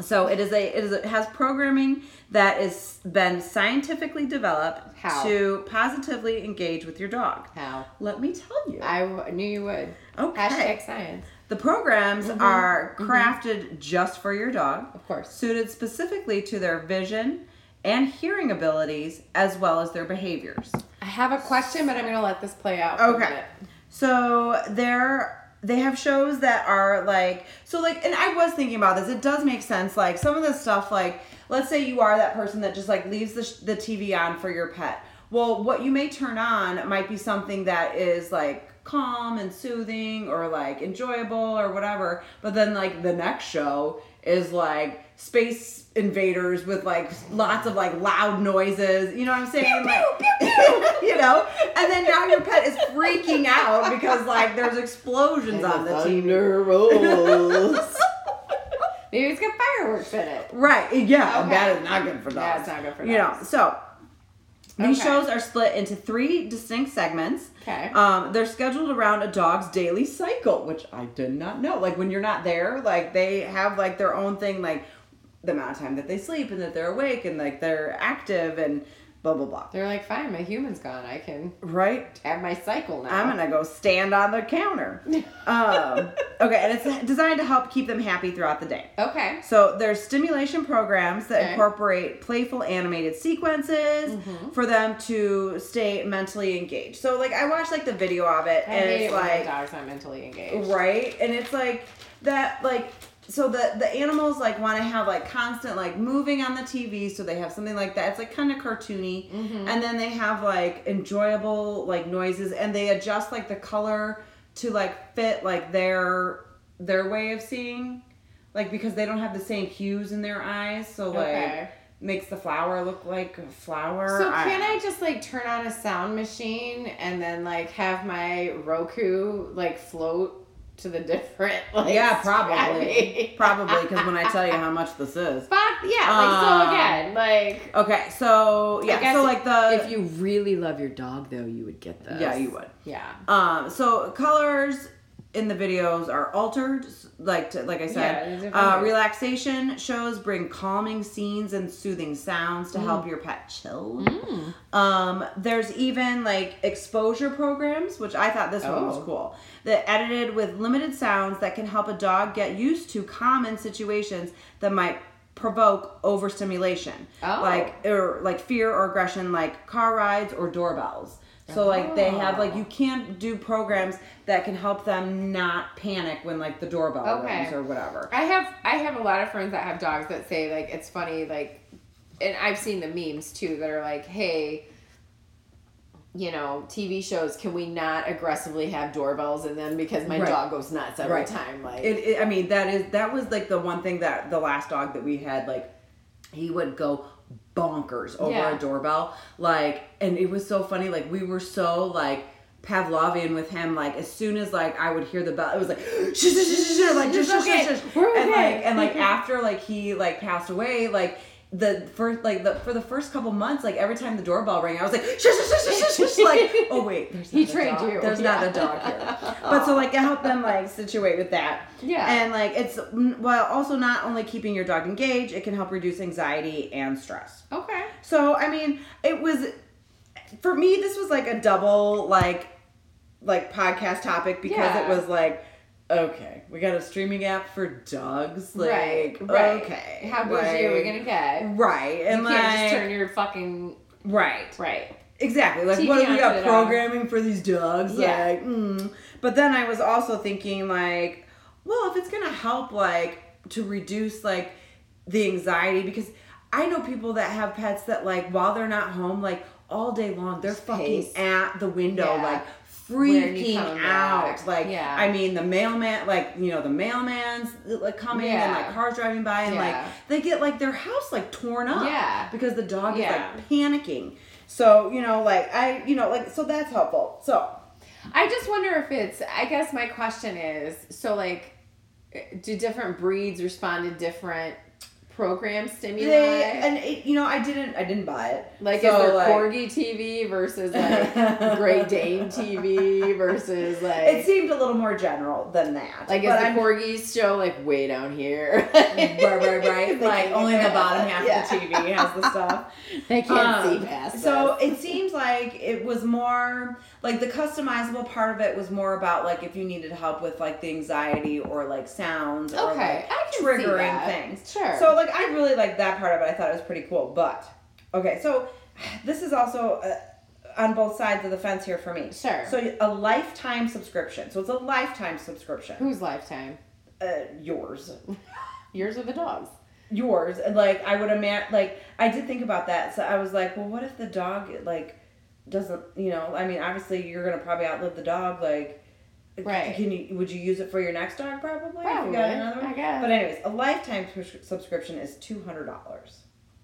[SPEAKER 2] So it is a it is a, has programming that is been scientifically developed
[SPEAKER 1] How?
[SPEAKER 2] to positively engage with your dog.
[SPEAKER 1] How?
[SPEAKER 2] Let me tell you.
[SPEAKER 1] I w- knew you would.
[SPEAKER 2] Okay.
[SPEAKER 1] Hashtag science.
[SPEAKER 2] The programs
[SPEAKER 1] Mm-hmm.
[SPEAKER 2] are crafted just for your dog,
[SPEAKER 1] Of course.
[SPEAKER 2] suited specifically to their vision and hearing abilities as well as their behaviors.
[SPEAKER 1] I have a question, but I'm going to let this play out. for a
[SPEAKER 2] Okay.
[SPEAKER 1] minute.
[SPEAKER 2] So they're they have shows that are like so like and I was thinking about this. It does make sense. Like some of the stuff like let's say you are that person that just like leaves the, sh- the TV on for your pet. Well, what you may turn on might be something that is like calm and soothing or like enjoyable or whatever. But then like the next show is like space invaders with like lots of like loud noises. You know what I'm saying? Like- [LAUGHS] you know? And then now your pet is freaking out because like there's explosions on the TV.
[SPEAKER 1] rolls. [LAUGHS] Maybe it's got fireworks in it.
[SPEAKER 2] Right. eh, Yeah.
[SPEAKER 1] Okay.
[SPEAKER 2] That is not good for dogs.
[SPEAKER 1] Yeah, it's not good for
[SPEAKER 2] You know,
[SPEAKER 1] dogs.
[SPEAKER 2] so these
[SPEAKER 1] Okay.
[SPEAKER 2] shows are split into three distinct segments.
[SPEAKER 1] Okay.
[SPEAKER 2] Um, they're scheduled around a dog's daily cycle, which I did not know. Like when you're not there, like they have like their own thing, like the amount of time that they sleep and that they're awake and like they're active and blah blah blah.
[SPEAKER 1] They're like, fine, my human's gone. I can
[SPEAKER 2] Right?
[SPEAKER 1] have my cycle now.
[SPEAKER 2] I'm gonna go stand on
[SPEAKER 1] [LAUGHS]
[SPEAKER 2] the counter. um, okay, and it's designed to help keep them happy throughout the day.
[SPEAKER 1] Okay.
[SPEAKER 2] So there's stimulation programs that
[SPEAKER 1] Okay. Mm-hmm.
[SPEAKER 2] incorporate playful animated sequences for them to stay mentally engaged. So like I watched like the video of it,
[SPEAKER 1] I
[SPEAKER 2] and
[SPEAKER 1] hate
[SPEAKER 2] it's
[SPEAKER 1] it when my
[SPEAKER 2] like
[SPEAKER 1] dog's not mentally engaged.
[SPEAKER 2] right and it's like that like so the the animals like want to have like constant like moving on the tv so they have something like that it's like kind of cartoony
[SPEAKER 1] Mm-hmm.
[SPEAKER 2] and then they have like enjoyable like noises and they adjust like the color to like fit like their their way of seeing like because they don't have the same hues in their eyes so like
[SPEAKER 1] Okay.
[SPEAKER 2] makes the flower look like a flower
[SPEAKER 1] So can I just like turn on a sound machine and then like have my Roku like float to the [LAUGHS] different like [LAUGHS]
[SPEAKER 2] yeah probably
[SPEAKER 1] strapping?
[SPEAKER 2] probably because when i tell you how much this is
[SPEAKER 1] Fuck yeah, like so
[SPEAKER 2] Um,
[SPEAKER 1] again, like
[SPEAKER 2] Okay, so
[SPEAKER 1] I
[SPEAKER 2] yeah,
[SPEAKER 1] guess
[SPEAKER 2] so like the
[SPEAKER 1] if you really love your dog though, you would get this.
[SPEAKER 2] uh, yeah you would.
[SPEAKER 1] Yeah.
[SPEAKER 2] Um, so colors in the videos are altered, s- like to, like I
[SPEAKER 1] Yeah, there's
[SPEAKER 2] said.
[SPEAKER 1] different
[SPEAKER 2] uh,
[SPEAKER 1] ways.
[SPEAKER 2] relaxation shows bring calming scenes and soothing sounds to
[SPEAKER 1] Mm.
[SPEAKER 2] help your pet chill. Um, there's even like exposure programs, which I thought this one was
[SPEAKER 1] Oh.
[SPEAKER 2] cool. That edited with limited sounds that can help a dog get used to common situations that might provoke overstimulation,
[SPEAKER 1] Oh.
[SPEAKER 2] like or like fear or aggression, like car rides or doorbells. So like they have like you can't do programs that can help them not panic when like the doorbell
[SPEAKER 1] Okay.
[SPEAKER 2] rings or whatever.
[SPEAKER 1] I have I have a lot of friends that have dogs that say like it's funny like, and I've seen the memes too that are like, hey, you know, TV shows can we not aggressively have doorbells in them because my
[SPEAKER 2] Right.
[SPEAKER 1] dog goes nuts every
[SPEAKER 2] Right.
[SPEAKER 1] time like
[SPEAKER 2] It, it, I mean that is that was like the one thing that the last dog that we had like he would go bonkers over
[SPEAKER 1] Yeah.
[SPEAKER 2] a doorbell like and it was so funny like we were so like Pavlovian with him like as soon as like I would hear the bell it was like shh, shh, shh, shh, shh, like just
[SPEAKER 1] It's
[SPEAKER 2] shush,
[SPEAKER 1] okay.
[SPEAKER 2] shush, shush.
[SPEAKER 1] We're
[SPEAKER 2] and
[SPEAKER 1] okay.
[SPEAKER 2] like
[SPEAKER 1] [LAUGHS]
[SPEAKER 2] and like after like he like passed away like the first like the for the first couple months like every time the doorbell rang I was like shush, shush, shush, shush, shush, like
[SPEAKER 1] [LAUGHS]
[SPEAKER 2] oh wait there's
[SPEAKER 1] He
[SPEAKER 2] not a
[SPEAKER 1] trained
[SPEAKER 2] dog.
[SPEAKER 1] you.
[SPEAKER 2] there's
[SPEAKER 1] Yeah.
[SPEAKER 2] not a dog here but so like to help them like situate with that
[SPEAKER 1] Yeah.
[SPEAKER 2] and like it's while also not only keeping your dog engaged it can help reduce anxiety and stress
[SPEAKER 1] okay.
[SPEAKER 2] so i mean it was for me this was like a double like like podcast topic because
[SPEAKER 1] Yeah.
[SPEAKER 2] it was like okay we got a streaming app for dogs like
[SPEAKER 1] right, right.
[SPEAKER 2] okay
[SPEAKER 1] How bougie are we
[SPEAKER 2] like,
[SPEAKER 1] gonna get?
[SPEAKER 2] right and
[SPEAKER 1] you
[SPEAKER 2] like
[SPEAKER 1] can't just turn your fucking
[SPEAKER 2] right
[SPEAKER 1] right.
[SPEAKER 2] Exactly. Like,
[SPEAKER 1] TV
[SPEAKER 2] what
[SPEAKER 1] on
[SPEAKER 2] do we
[SPEAKER 1] for the
[SPEAKER 2] got
[SPEAKER 1] dog.
[SPEAKER 2] programming for these dogs?
[SPEAKER 1] Yeah.
[SPEAKER 2] Like, mm. but then I was also thinking, like, well, if it's gonna help, like, to reduce like the anxiety, because I know people that have pets that, like, while they're not home, like all day long, they're fucking
[SPEAKER 1] pace.
[SPEAKER 2] at the window,
[SPEAKER 1] Yeah.
[SPEAKER 2] like.
[SPEAKER 1] When you
[SPEAKER 2] Freaking
[SPEAKER 1] come
[SPEAKER 2] out!
[SPEAKER 1] back.
[SPEAKER 2] Like,
[SPEAKER 1] Yeah.
[SPEAKER 2] I mean, the mailman, like you know, the mailman's uh, like coming and
[SPEAKER 1] Yeah.
[SPEAKER 2] like cars driving by, and
[SPEAKER 1] Yeah.
[SPEAKER 2] like they get like their house like torn up,
[SPEAKER 1] Yeah.
[SPEAKER 2] because the dog
[SPEAKER 1] Yeah.
[SPEAKER 2] is like panicking. So, you know, like I, you know, like so that's helpful. So,
[SPEAKER 1] I just wonder if it's. I guess my question is so like, do different breeds respond to different program stimuli.
[SPEAKER 2] They, and it, you know, I didn't, I didn't buy it.
[SPEAKER 1] like
[SPEAKER 2] So,
[SPEAKER 1] is there
[SPEAKER 2] like-
[SPEAKER 1] corgi TV versus like Great
[SPEAKER 2] [LAUGHS]
[SPEAKER 1] Dane TV versus like
[SPEAKER 2] It seemed a little more general than that.
[SPEAKER 1] like is
[SPEAKER 2] but
[SPEAKER 1] the
[SPEAKER 2] I'm-
[SPEAKER 1] corgis show like way down here?
[SPEAKER 2] [LAUGHS] right,
[SPEAKER 1] [LAUGHS]
[SPEAKER 2] right, right. Like only the bottom half
[SPEAKER 1] Yeah.
[SPEAKER 2] of the TV has the [LAUGHS] stuff.
[SPEAKER 1] they can't
[SPEAKER 2] Um,
[SPEAKER 1] see past.
[SPEAKER 2] So
[SPEAKER 1] us.
[SPEAKER 2] it seems like it was more like the customizable part of it was more about like if you needed help with like the anxiety or like sounds or
[SPEAKER 1] okay,
[SPEAKER 2] like
[SPEAKER 1] I can see
[SPEAKER 2] triggering
[SPEAKER 1] that.
[SPEAKER 2] things.
[SPEAKER 1] Sure.
[SPEAKER 2] So like I really liked that part of it. I thought it was pretty cool. But okay, so this is also uh, on both sides of the fence here for me.
[SPEAKER 1] sure.
[SPEAKER 2] So a lifetime subscription. So it's a lifetime subscription.
[SPEAKER 1] whose lifetime?
[SPEAKER 2] Uh, yours,
[SPEAKER 1] Yours or the dogs?
[SPEAKER 2] yours, and like I would imagine. Like I did think about that. So I was like, well, what if the dog like doesn't? You know, I mean, obviously you're gonna probably outlive the dog. Like,
[SPEAKER 1] Right.
[SPEAKER 2] Can you? Would you use it for your next dog? Probably. If you
[SPEAKER 1] Probably.
[SPEAKER 2] got another
[SPEAKER 1] I
[SPEAKER 2] one.
[SPEAKER 1] guess
[SPEAKER 2] But anyways, a lifetime subscri- subscription is two hundred dollars.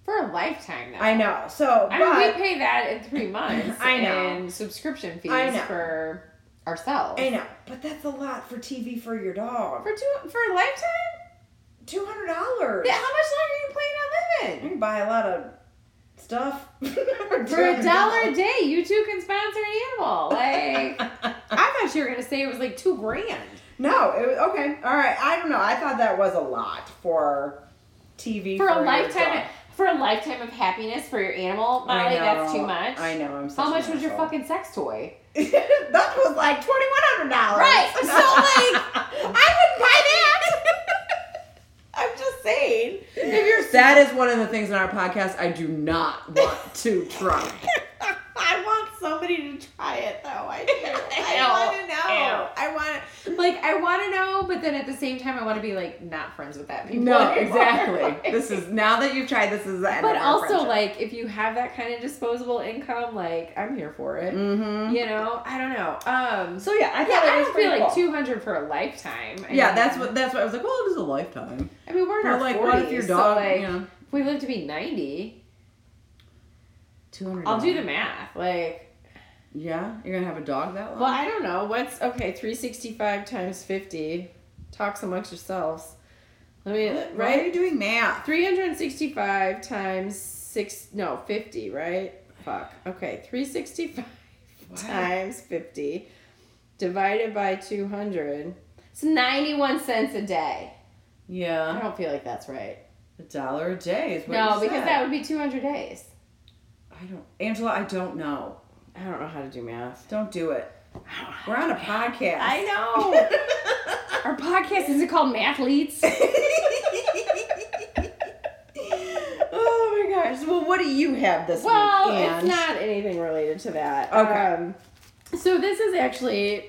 [SPEAKER 1] for a lifetime though.
[SPEAKER 2] I know. So,
[SPEAKER 1] I
[SPEAKER 2] but
[SPEAKER 1] mean, we pay that in
[SPEAKER 2] [LAUGHS]
[SPEAKER 1] three months.
[SPEAKER 2] I know.
[SPEAKER 1] And subscription fees
[SPEAKER 2] I know.
[SPEAKER 1] for ourselves.
[SPEAKER 2] I know, but that's a lot for TV for your dog.
[SPEAKER 1] for two for a lifetime?
[SPEAKER 2] Two hundred dollars.
[SPEAKER 1] Yeah, how much longer are you planning on
[SPEAKER 2] You
[SPEAKER 1] living?
[SPEAKER 2] can buy a lot of stuff [LAUGHS]
[SPEAKER 1] For a dollar a day, you two can sponsor an animal. [LAUGHS] Like
[SPEAKER 2] [LAUGHS]
[SPEAKER 1] I thought you were gonna say it was like two grand.
[SPEAKER 2] no, it was okay. All right, I don't know. I thought that was a lot for TV
[SPEAKER 1] For a
[SPEAKER 2] your
[SPEAKER 1] lifetime
[SPEAKER 2] dog.
[SPEAKER 1] for a lifetime of happiness for your animal,
[SPEAKER 2] I
[SPEAKER 1] Molly, that's
[SPEAKER 2] know,
[SPEAKER 1] too much.
[SPEAKER 2] I know. I'm. Such
[SPEAKER 1] How
[SPEAKER 2] an
[SPEAKER 1] much was your
[SPEAKER 2] asshole.
[SPEAKER 1] fucking sex toy?
[SPEAKER 2] [LAUGHS] that was like twenty one hundred dollars.
[SPEAKER 1] Right, so, [LAUGHS] like,
[SPEAKER 2] [LAUGHS] I wouldn't buy that.
[SPEAKER 1] [LAUGHS] I'm just saying. If you're
[SPEAKER 2] That is one of the things in our podcast I do not want to [LAUGHS] try.
[SPEAKER 1] I want somebody to try it though. I do. [LAUGHS] I,
[SPEAKER 2] Ew.
[SPEAKER 1] want to know. I want to like I want to know, but then at the same time, I want to be like not friends with that people.
[SPEAKER 2] No,
[SPEAKER 1] anymore. [LAUGHS]
[SPEAKER 2] exactly. This is now that you've tried. This is the end.
[SPEAKER 1] But also, like, if you have that kind of disposable income, like, I'm here for it.
[SPEAKER 2] Mm-hmm.
[SPEAKER 1] You know, I don't know. Um, so
[SPEAKER 2] So yeah, I
[SPEAKER 1] yeah,
[SPEAKER 2] thought it
[SPEAKER 1] I
[SPEAKER 2] was
[SPEAKER 1] don't
[SPEAKER 2] pretty
[SPEAKER 1] feel like
[SPEAKER 2] cool.
[SPEAKER 1] two hundred for a lifetime. I
[SPEAKER 2] Yeah,
[SPEAKER 1] mean,
[SPEAKER 2] that's what that's what I was like. Well, it is a lifetime.
[SPEAKER 1] I mean, we're in
[SPEAKER 2] Or
[SPEAKER 1] our
[SPEAKER 2] like,
[SPEAKER 1] 40s,
[SPEAKER 2] what if your dog?
[SPEAKER 1] So, like,
[SPEAKER 2] you know,
[SPEAKER 1] if we live to be ninety,
[SPEAKER 2] two hundred.
[SPEAKER 1] I'll do the math. Like,
[SPEAKER 2] Yeah, you're gonna have a dog that long.
[SPEAKER 1] Well, I don't know. What's okay? Three sixty-five times fifty. Talks amongst yourselves. Let me
[SPEAKER 2] Why are
[SPEAKER 1] right.
[SPEAKER 2] you doing math?
[SPEAKER 1] Three hundred sixty-five times six. No, fifty. Right. Fuck. Okay. Three sixty-five times fifty divided by two hundred. It's ninety-one cents a day. I
[SPEAKER 2] Yeah,
[SPEAKER 1] don't feel like that's right.
[SPEAKER 2] a dollar a day is what.
[SPEAKER 1] no,
[SPEAKER 2] you
[SPEAKER 1] because
[SPEAKER 2] said.
[SPEAKER 1] that would be two hundred days.
[SPEAKER 2] I don't, Angela. I don't know.
[SPEAKER 1] I don't know how to do math.
[SPEAKER 2] Don't do it. We're on a podcast.
[SPEAKER 1] I [LAUGHS] know. Our podcast is it called Mathletes?
[SPEAKER 2] [LAUGHS] oh my gosh. Well, what do you have this
[SPEAKER 1] Well,
[SPEAKER 2] week?
[SPEAKER 1] it's not anything related to that.
[SPEAKER 2] Okay.
[SPEAKER 1] Um, so this is actually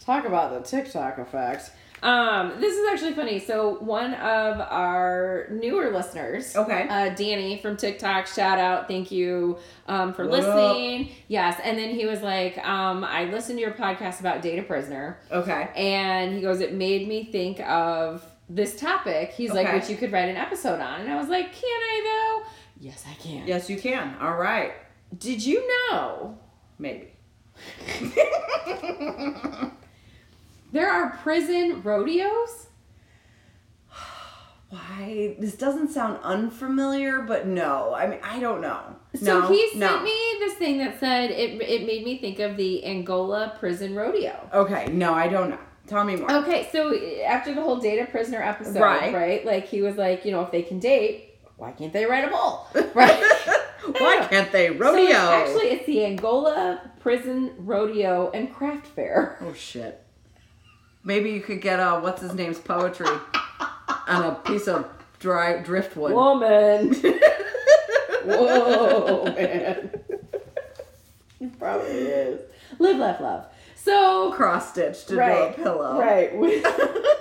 [SPEAKER 1] talk about the TikTok effect. Um, this is actually funny. So one of our newer listeners,
[SPEAKER 2] Okay.
[SPEAKER 1] uh, Danny from TikTok, shout out, thank you um, for
[SPEAKER 2] What
[SPEAKER 1] listening. Yes, and then he was like, um, I listened to your podcast about data prisoner,
[SPEAKER 2] okay.
[SPEAKER 1] and he goes, it made me think of this topic. He's like,
[SPEAKER 2] Okay.
[SPEAKER 1] which you could write an episode on, and I was like, can I though? Yes, I can.
[SPEAKER 2] Yes, you can. All right.
[SPEAKER 1] Did you know
[SPEAKER 2] Maybe.
[SPEAKER 1] there are prison rodeos?
[SPEAKER 2] Why? This doesn't sound unfamiliar, but no. I mean, I don't know.
[SPEAKER 1] So
[SPEAKER 2] no,
[SPEAKER 1] he sent
[SPEAKER 2] no.
[SPEAKER 1] me this thing that said it, it made me think of the Angola prison rodeo.
[SPEAKER 2] Okay, no, I don't know. Tell me more.
[SPEAKER 1] Okay, so eh, after the whole data prisoner episode,
[SPEAKER 2] Right.
[SPEAKER 1] right? Like he was like, you know, if they can date, why can't they ride a bull?
[SPEAKER 2] [LAUGHS]
[SPEAKER 1] Right?
[SPEAKER 2] Why can't they
[SPEAKER 1] So
[SPEAKER 2] rodeo?
[SPEAKER 1] it's actually, it's the Angola prison rodeo and craft fair.
[SPEAKER 2] oh shit. Maybe you could get uh, what's his name's poetry on a piece of dry driftwood. [LAUGHS]
[SPEAKER 1] Woman. Whoa, man. It probably is. Live, laugh, love. So
[SPEAKER 2] Cross stitched into a
[SPEAKER 1] right,
[SPEAKER 2] pillow.
[SPEAKER 1] right
[SPEAKER 2] [LAUGHS]
[SPEAKER 1] with,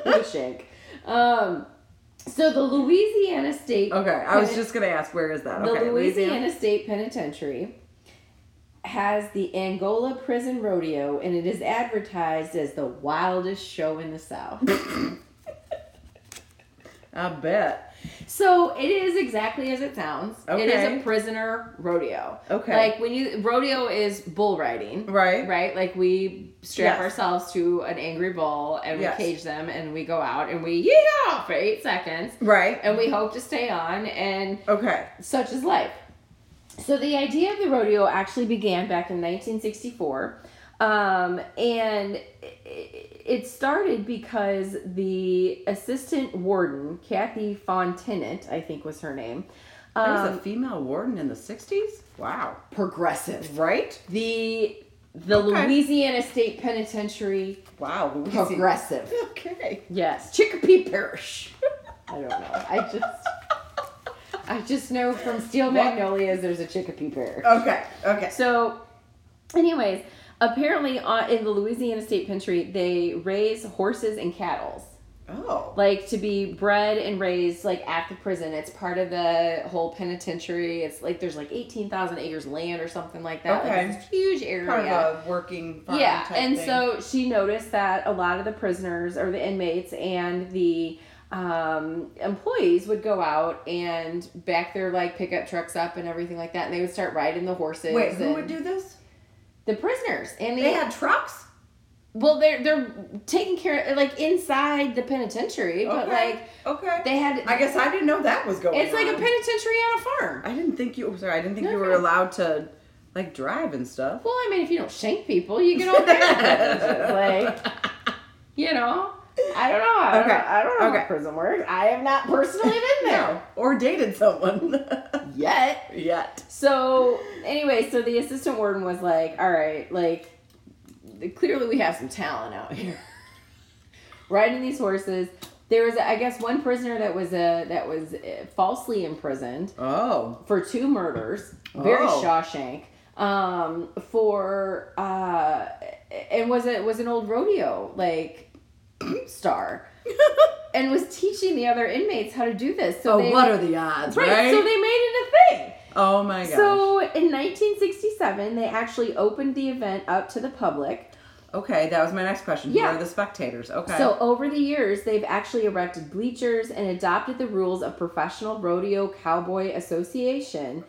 [SPEAKER 1] with shank. Um, so the Louisiana State.
[SPEAKER 2] Okay, I was
[SPEAKER 1] Pen-
[SPEAKER 2] just gonna ask where is that?
[SPEAKER 1] the
[SPEAKER 2] okay,
[SPEAKER 1] Louisiana State Penitentiary has the Angola Prison Rodeo, and it is advertised as
[SPEAKER 2] [LAUGHS]
[SPEAKER 1] the wildest show in the South.
[SPEAKER 2] I bet.
[SPEAKER 1] So it is exactly as it sounds. It
[SPEAKER 2] Okay.
[SPEAKER 1] is a prisoner rodeo.
[SPEAKER 2] Okay.
[SPEAKER 1] Like when you rodeo is bull riding.
[SPEAKER 2] Right.
[SPEAKER 1] Right? Like we strap
[SPEAKER 2] Yes.
[SPEAKER 1] ourselves to an angry bull and we
[SPEAKER 2] Yes.
[SPEAKER 1] cage them and we go out and we yeehaw for eight seconds
[SPEAKER 2] Right.
[SPEAKER 1] and we hope to stay on and
[SPEAKER 2] Okay.
[SPEAKER 1] such is life. So the idea of the rodeo actually began back in 1964, um, and i- it started because the assistant warden Kathy Fontenant, I think was her name,
[SPEAKER 2] There was a
[SPEAKER 1] um,
[SPEAKER 2] female warden in the 60s? Wow.
[SPEAKER 1] progressive.
[SPEAKER 2] Right?
[SPEAKER 1] The the
[SPEAKER 2] Okay.
[SPEAKER 1] Louisiana State Penitentiary
[SPEAKER 2] Wow. Louisiana.
[SPEAKER 1] progressive.
[SPEAKER 2] [LAUGHS] Okay.
[SPEAKER 1] Yes, Chicopee Parish. [LAUGHS] I don't know. I just I just know from Steel Magnolias there's a Chicopee Parish.
[SPEAKER 2] Okay. Okay.
[SPEAKER 1] So, anyways, apparently uh, in the Louisiana State Pantry, they raise horses and cattle,
[SPEAKER 2] Oh.
[SPEAKER 1] like to be bred and raised like at the prison. It's part of the whole penitentiary. It's like there's like eighteen thousand acres land or something like that. Like,
[SPEAKER 2] Okay.
[SPEAKER 1] it's a huge area.
[SPEAKER 2] Part of a working farm
[SPEAKER 1] yeah,
[SPEAKER 2] type
[SPEAKER 1] and
[SPEAKER 2] thing.
[SPEAKER 1] so she noticed that a lot of the prisoners or the inmates and the um, employees would go out and back their like pickup trucks up and everything like that, and they would start riding the horses.
[SPEAKER 2] Wait, who
[SPEAKER 1] and-
[SPEAKER 2] would do this?
[SPEAKER 1] the prisoners and the
[SPEAKER 2] They had trucks?
[SPEAKER 1] well they're they're taking care of like inside the penitentiary but
[SPEAKER 2] Okay.
[SPEAKER 1] like
[SPEAKER 2] Okay.
[SPEAKER 1] they had
[SPEAKER 2] I guess I didn't know that was going
[SPEAKER 1] it's like
[SPEAKER 2] on.
[SPEAKER 1] a penitentiary on a farm
[SPEAKER 2] I didn't think you. oh, Sorry, I didn't think
[SPEAKER 1] No,
[SPEAKER 2] you were
[SPEAKER 1] no.
[SPEAKER 2] allowed to like drive and stuff.
[SPEAKER 1] well i mean if you don't shank people [LAUGHS] you get all
[SPEAKER 2] [LAUGHS]
[SPEAKER 1] kinds of privileges. like you know i don't know I don't
[SPEAKER 2] Okay.
[SPEAKER 1] know, i don't know
[SPEAKER 2] Okay.
[SPEAKER 1] how prison works i have not personally been
[SPEAKER 2] [LAUGHS] no,
[SPEAKER 1] there
[SPEAKER 2] or dated someone [LAUGHS]
[SPEAKER 1] yet
[SPEAKER 2] yet.
[SPEAKER 1] So anyway, so the assistant warden was like, "All right, like clearly we have some talent out here, riding these horses." There was, I guess, one prisoner that was uh that was uh, falsely imprisoned
[SPEAKER 2] Oh,
[SPEAKER 1] for two murders, very
[SPEAKER 2] Oh.
[SPEAKER 1] Shawshank, um, for uh, and was it was an old rodeo like star, and was teaching the other inmates how to do this. [LAUGHS] So
[SPEAKER 2] oh,
[SPEAKER 1] they,
[SPEAKER 2] what are the odds,
[SPEAKER 1] right?
[SPEAKER 2] right?
[SPEAKER 1] So they made it a thing.
[SPEAKER 2] oh my gosh.
[SPEAKER 1] So in 1967, they actually opened the event up to the public.
[SPEAKER 2] okay, that was my next question.
[SPEAKER 1] Yeah.
[SPEAKER 2] Who are the spectators? Okay.
[SPEAKER 1] So over the years, they've actually erected bleachers and adopted the rules of Professional Rodeo Cowboy Association.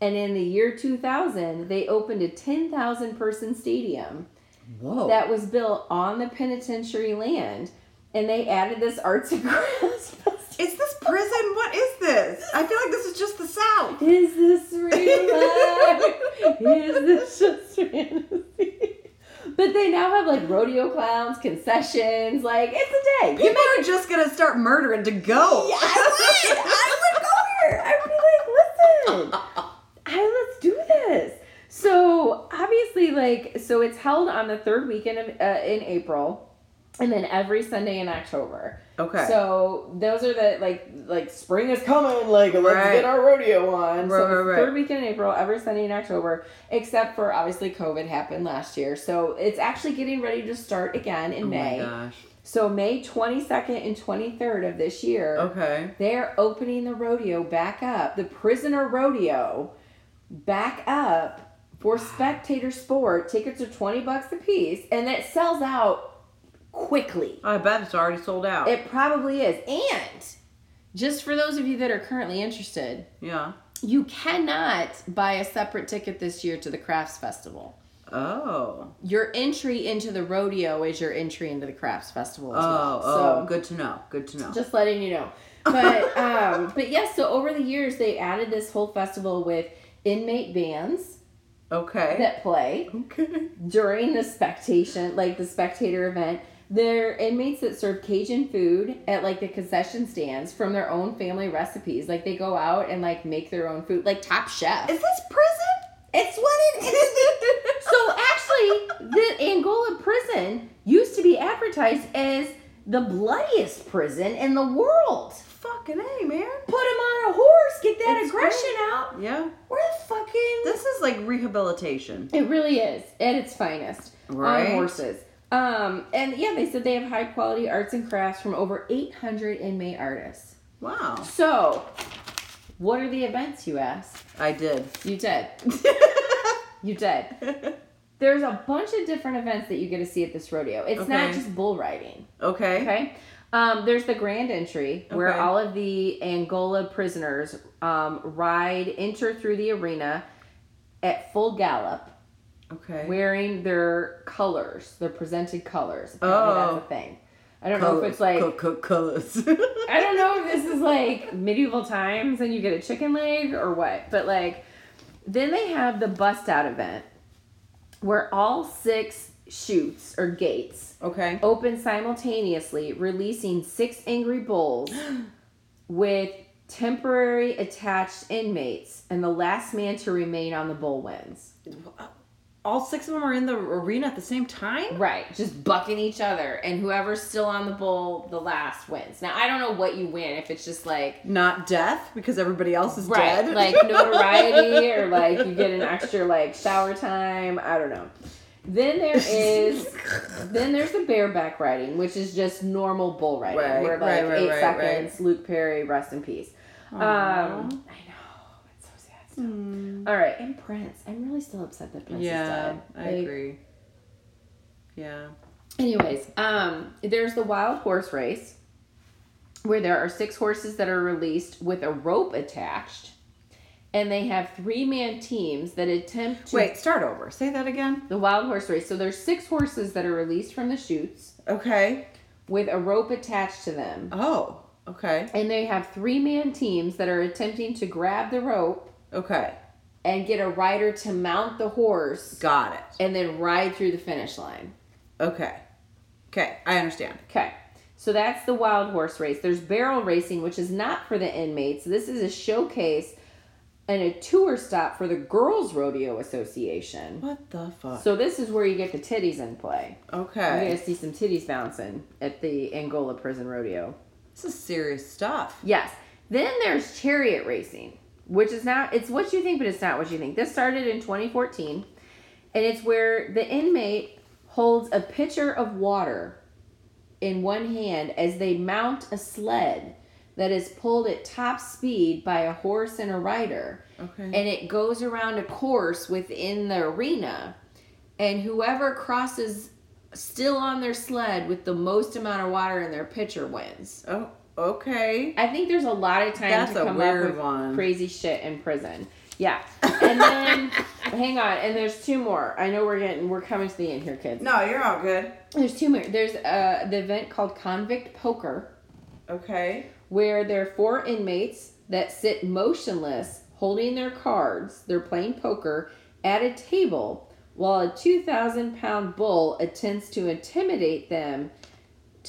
[SPEAKER 1] And in the year 2000, they opened a 10,000 person stadium
[SPEAKER 2] whoa.
[SPEAKER 1] that was built on the penitentiary land. And they added this arts [LAUGHS] and crafts festival.
[SPEAKER 2] is this prison? What is this? I feel like this is just the South.
[SPEAKER 1] Is this real life? Is this just fantasy? But they now have like rodeo clowns, concessions, like it's a day.
[SPEAKER 2] People are just gonna start murdering to
[SPEAKER 1] [LAUGHS]
[SPEAKER 2] go.
[SPEAKER 1] Yeah, I would. I would go there. I would be like, listen, I let's do this. So obviously, like, so it's held on the third weekend of, uh, in April, and then every Sunday in October.
[SPEAKER 2] [LAUGHS] okay.
[SPEAKER 1] So those are the like like spring is coming, like let's
[SPEAKER 2] Right.
[SPEAKER 1] get our rodeo on.
[SPEAKER 2] Right,
[SPEAKER 1] so it's
[SPEAKER 2] right, right.
[SPEAKER 1] third weekend in April, every Sunday in October, except for obviously COVID happened last year. So it's actually getting ready to start again in
[SPEAKER 2] oh
[SPEAKER 1] May.
[SPEAKER 2] my gosh.
[SPEAKER 1] So May twenty second and twenty third of this year.
[SPEAKER 2] Okay.
[SPEAKER 1] They're opening the rodeo back up, the prisoner rodeo back up for spectator sport. Tickets are 20 bucks a piece and that sells out quickly.
[SPEAKER 2] I bet it's already sold out.
[SPEAKER 1] It probably is. And just for those of you that are currently interested,
[SPEAKER 2] yeah.
[SPEAKER 1] you cannot buy a separate ticket this year to the Crafts Festival.
[SPEAKER 2] Oh.
[SPEAKER 1] Your entry into the rodeo is your entry into the Crafts Festival
[SPEAKER 2] Oh.
[SPEAKER 1] as well.
[SPEAKER 2] oh.
[SPEAKER 1] So-
[SPEAKER 2] good to know. Good to know.
[SPEAKER 1] just letting you know but um but yes so over the years they added this whole festival with inmate bands
[SPEAKER 2] okay.
[SPEAKER 1] that play [LAUGHS]
[SPEAKER 2] Okay.
[SPEAKER 1] during the spectation like the spectator event they're inmates that serve cajun food at like the concession stands from their own family recipes like they go out and like make their own food like top chef
[SPEAKER 2] Is this prison?
[SPEAKER 1] it's what it is [LAUGHS] so actually the angola prison used to be advertised as the bloodiest prison in the world
[SPEAKER 2] Fucking A, man.
[SPEAKER 1] put him on a horse, get that
[SPEAKER 2] It's
[SPEAKER 1] aggression out.
[SPEAKER 2] Yeah.
[SPEAKER 1] Where the fucking
[SPEAKER 2] This is like rehabilitation.
[SPEAKER 1] It really is at its finest
[SPEAKER 2] Right.
[SPEAKER 1] on horses. Um, and yeah, they said they have high quality arts and crafts from over 800 inmate artists.
[SPEAKER 2] Wow.
[SPEAKER 1] So, what are the events you asked? [LAUGHS]
[SPEAKER 2] I did.
[SPEAKER 1] You did. You did.
[SPEAKER 2] [LAUGHS]
[SPEAKER 1] There's a bunch of different events that you get to see at this rodeo. It's not
[SPEAKER 2] Okay.
[SPEAKER 1] just bull riding.
[SPEAKER 2] okay.
[SPEAKER 1] Okay. Um, there's the grand entry where
[SPEAKER 2] Okay.
[SPEAKER 1] all of the Angola prisoners um, ride, enter through the arena at full gallop,
[SPEAKER 2] Okay.
[SPEAKER 1] wearing their colors, their presented colors. Apparently
[SPEAKER 2] Oh.
[SPEAKER 1] that's a thing. I don't know if it's like
[SPEAKER 2] colors. [LAUGHS]
[SPEAKER 1] I don't know if this is like medieval times and you get a chicken leg or what, but like then they have the bust out event where all six chutes or gates
[SPEAKER 2] okay.
[SPEAKER 1] open simultaneously, releasing six angry [GASPS] bulls with temporary attached inmates, and the last man to remain on the bull wins.
[SPEAKER 2] All six of them are in the arena at the same time.
[SPEAKER 1] Right, just bucking each other, and whoever's still on the bull, the last wins. Now, I don't know what you win if it's just like
[SPEAKER 2] Not death because everybody else is
[SPEAKER 1] right,
[SPEAKER 2] dead.
[SPEAKER 1] like notoriety or like you get an extra like shower time. I don't know. Then
[SPEAKER 2] [LAUGHS]
[SPEAKER 1] there is then there's the bareback riding, which is just normal bull riding,
[SPEAKER 2] Right,
[SPEAKER 1] where like
[SPEAKER 2] right, right,
[SPEAKER 1] eight
[SPEAKER 2] right,
[SPEAKER 1] seconds. Luke Perry, rest in peace. Um, I
[SPEAKER 2] Aw.
[SPEAKER 1] know it's so sad. Stuff. All right, and Prince. I'm really still upset that Prince is
[SPEAKER 2] Hmm. yeah,
[SPEAKER 1] dead.
[SPEAKER 2] I
[SPEAKER 1] Like,
[SPEAKER 2] agree. Yeah.
[SPEAKER 1] Anyways, um, there's the wild horse race, where there are six horses that are released with a rope attached, and they have three man teams that attempt to
[SPEAKER 2] Wait, start over. Say that again.
[SPEAKER 1] the wild horse race. So there's six horses that are released from the chutes
[SPEAKER 2] Okay.
[SPEAKER 1] with a rope attached to them,
[SPEAKER 2] Oh. Okay.
[SPEAKER 1] and they have three man teams that are attempting to grab the rope
[SPEAKER 2] Okay.
[SPEAKER 1] and get a rider to mount the horse
[SPEAKER 2] Got it.
[SPEAKER 1] and then ride through the finish line.
[SPEAKER 2] Okay. Okay. I understand.
[SPEAKER 1] Okay. So that's the wild horse race. There's barrel racing, which is not for the inmates. This is a showcase and a tour stop for the Girls Rodeo Association.
[SPEAKER 2] What the fuck?
[SPEAKER 1] So this is where you get the titties in play. You're
[SPEAKER 2] okay.
[SPEAKER 1] going to see some titties bouncing at the Angola Prison Rodeo.
[SPEAKER 2] This is serious stuff.
[SPEAKER 1] Yes. Then there's chariot racing, which is not, it's what you think, but it's not what you think. This started in 2014, and it's where the inmate holds a pitcher of water in one hand as they mount a sled that is pulled at top speed by a horse and a rider.
[SPEAKER 2] Okay.
[SPEAKER 1] And it goes around a course within the arena, and whoever crosses still on their sled with the most amount of water in their pitcher wins.
[SPEAKER 2] oh. Okay.
[SPEAKER 1] I think there's a lot of time
[SPEAKER 2] That's
[SPEAKER 1] to
[SPEAKER 2] a
[SPEAKER 1] come
[SPEAKER 2] weird
[SPEAKER 1] up with
[SPEAKER 2] one.
[SPEAKER 1] crazy shit in prison. Yeah, and
[SPEAKER 2] [LAUGHS]
[SPEAKER 1] then hang on, and there's two more. I know we're getting we're coming to the end here, kids.
[SPEAKER 2] No, you're all good.
[SPEAKER 1] There's two more. There's uh the event called Convict Poker,
[SPEAKER 2] Okay.
[SPEAKER 1] where there are four inmates that sit motionless, holding their cards. They're playing poker at a table while a two thousand pound bull attempts to intimidate them.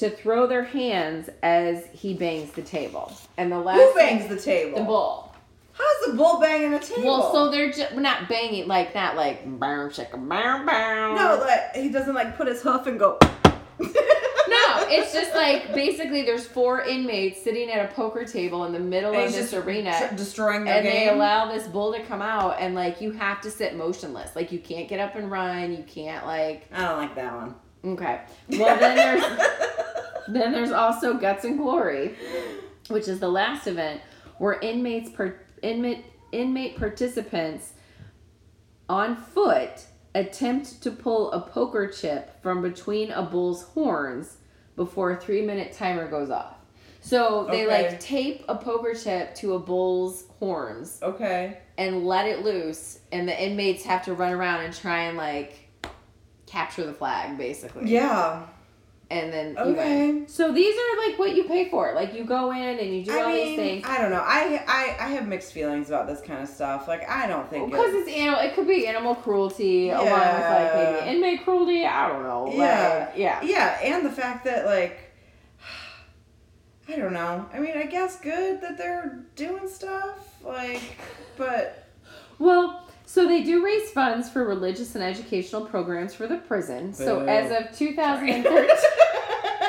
[SPEAKER 1] To throw their hands as he bangs the table, and the last
[SPEAKER 2] Who bangs the table?
[SPEAKER 1] Uh, the bull.
[SPEAKER 2] How's the bull banging a table?
[SPEAKER 1] Well, so they're just not banging like that, like bow chicka bow bow.
[SPEAKER 2] no, like he doesn't like put his hoof and go. [LAUGHS]
[SPEAKER 1] no, it's just like basically there's four inmates sitting at a poker table in the middle
[SPEAKER 2] And
[SPEAKER 1] of
[SPEAKER 2] he's
[SPEAKER 1] this
[SPEAKER 2] just
[SPEAKER 1] arena,
[SPEAKER 2] tr- destroying their
[SPEAKER 1] and they
[SPEAKER 2] game.
[SPEAKER 1] allow this bull to come out, and like you have to sit motionless, like you can't get up and run, you can't like
[SPEAKER 2] I don't like that one.
[SPEAKER 1] okay. Well, then there's then there's also guts and glory, which is the last event where inmates per, inmate inmate participants on foot attempt to pull a poker chip from between a bull's horns before a three minute timer goes off. So they
[SPEAKER 2] Okay.
[SPEAKER 1] like tape a poker chip to a bull's horns
[SPEAKER 2] okay.
[SPEAKER 1] and let it loose, and the inmates have to run around and try and like capture the flag basically
[SPEAKER 2] Yeah.
[SPEAKER 1] and then you
[SPEAKER 2] Okay.
[SPEAKER 1] win. So these are like what you pay for. Like you go in and you do all
[SPEAKER 2] I
[SPEAKER 1] these
[SPEAKER 2] mean,
[SPEAKER 1] things.
[SPEAKER 2] I don't know. I, I I have mixed feelings about this kind of stuff. Like I don't think
[SPEAKER 1] Because
[SPEAKER 2] it-
[SPEAKER 1] it's animal, it could be animal cruelty along with like
[SPEAKER 2] Yeah.
[SPEAKER 1] maybe inmate cruelty. I don't know.
[SPEAKER 2] Yeah.
[SPEAKER 1] like, yeah.
[SPEAKER 2] yeah, and the fact that like [SIGHS] I don't know. I mean, I guess good that they're doing stuff like,
[SPEAKER 1] [LAUGHS]
[SPEAKER 2] but
[SPEAKER 1] Well, so they do raise funds for religious and educational programs for the prison. So
[SPEAKER 2] Boo.
[SPEAKER 1] as of 2013,
[SPEAKER 2] [LAUGHS]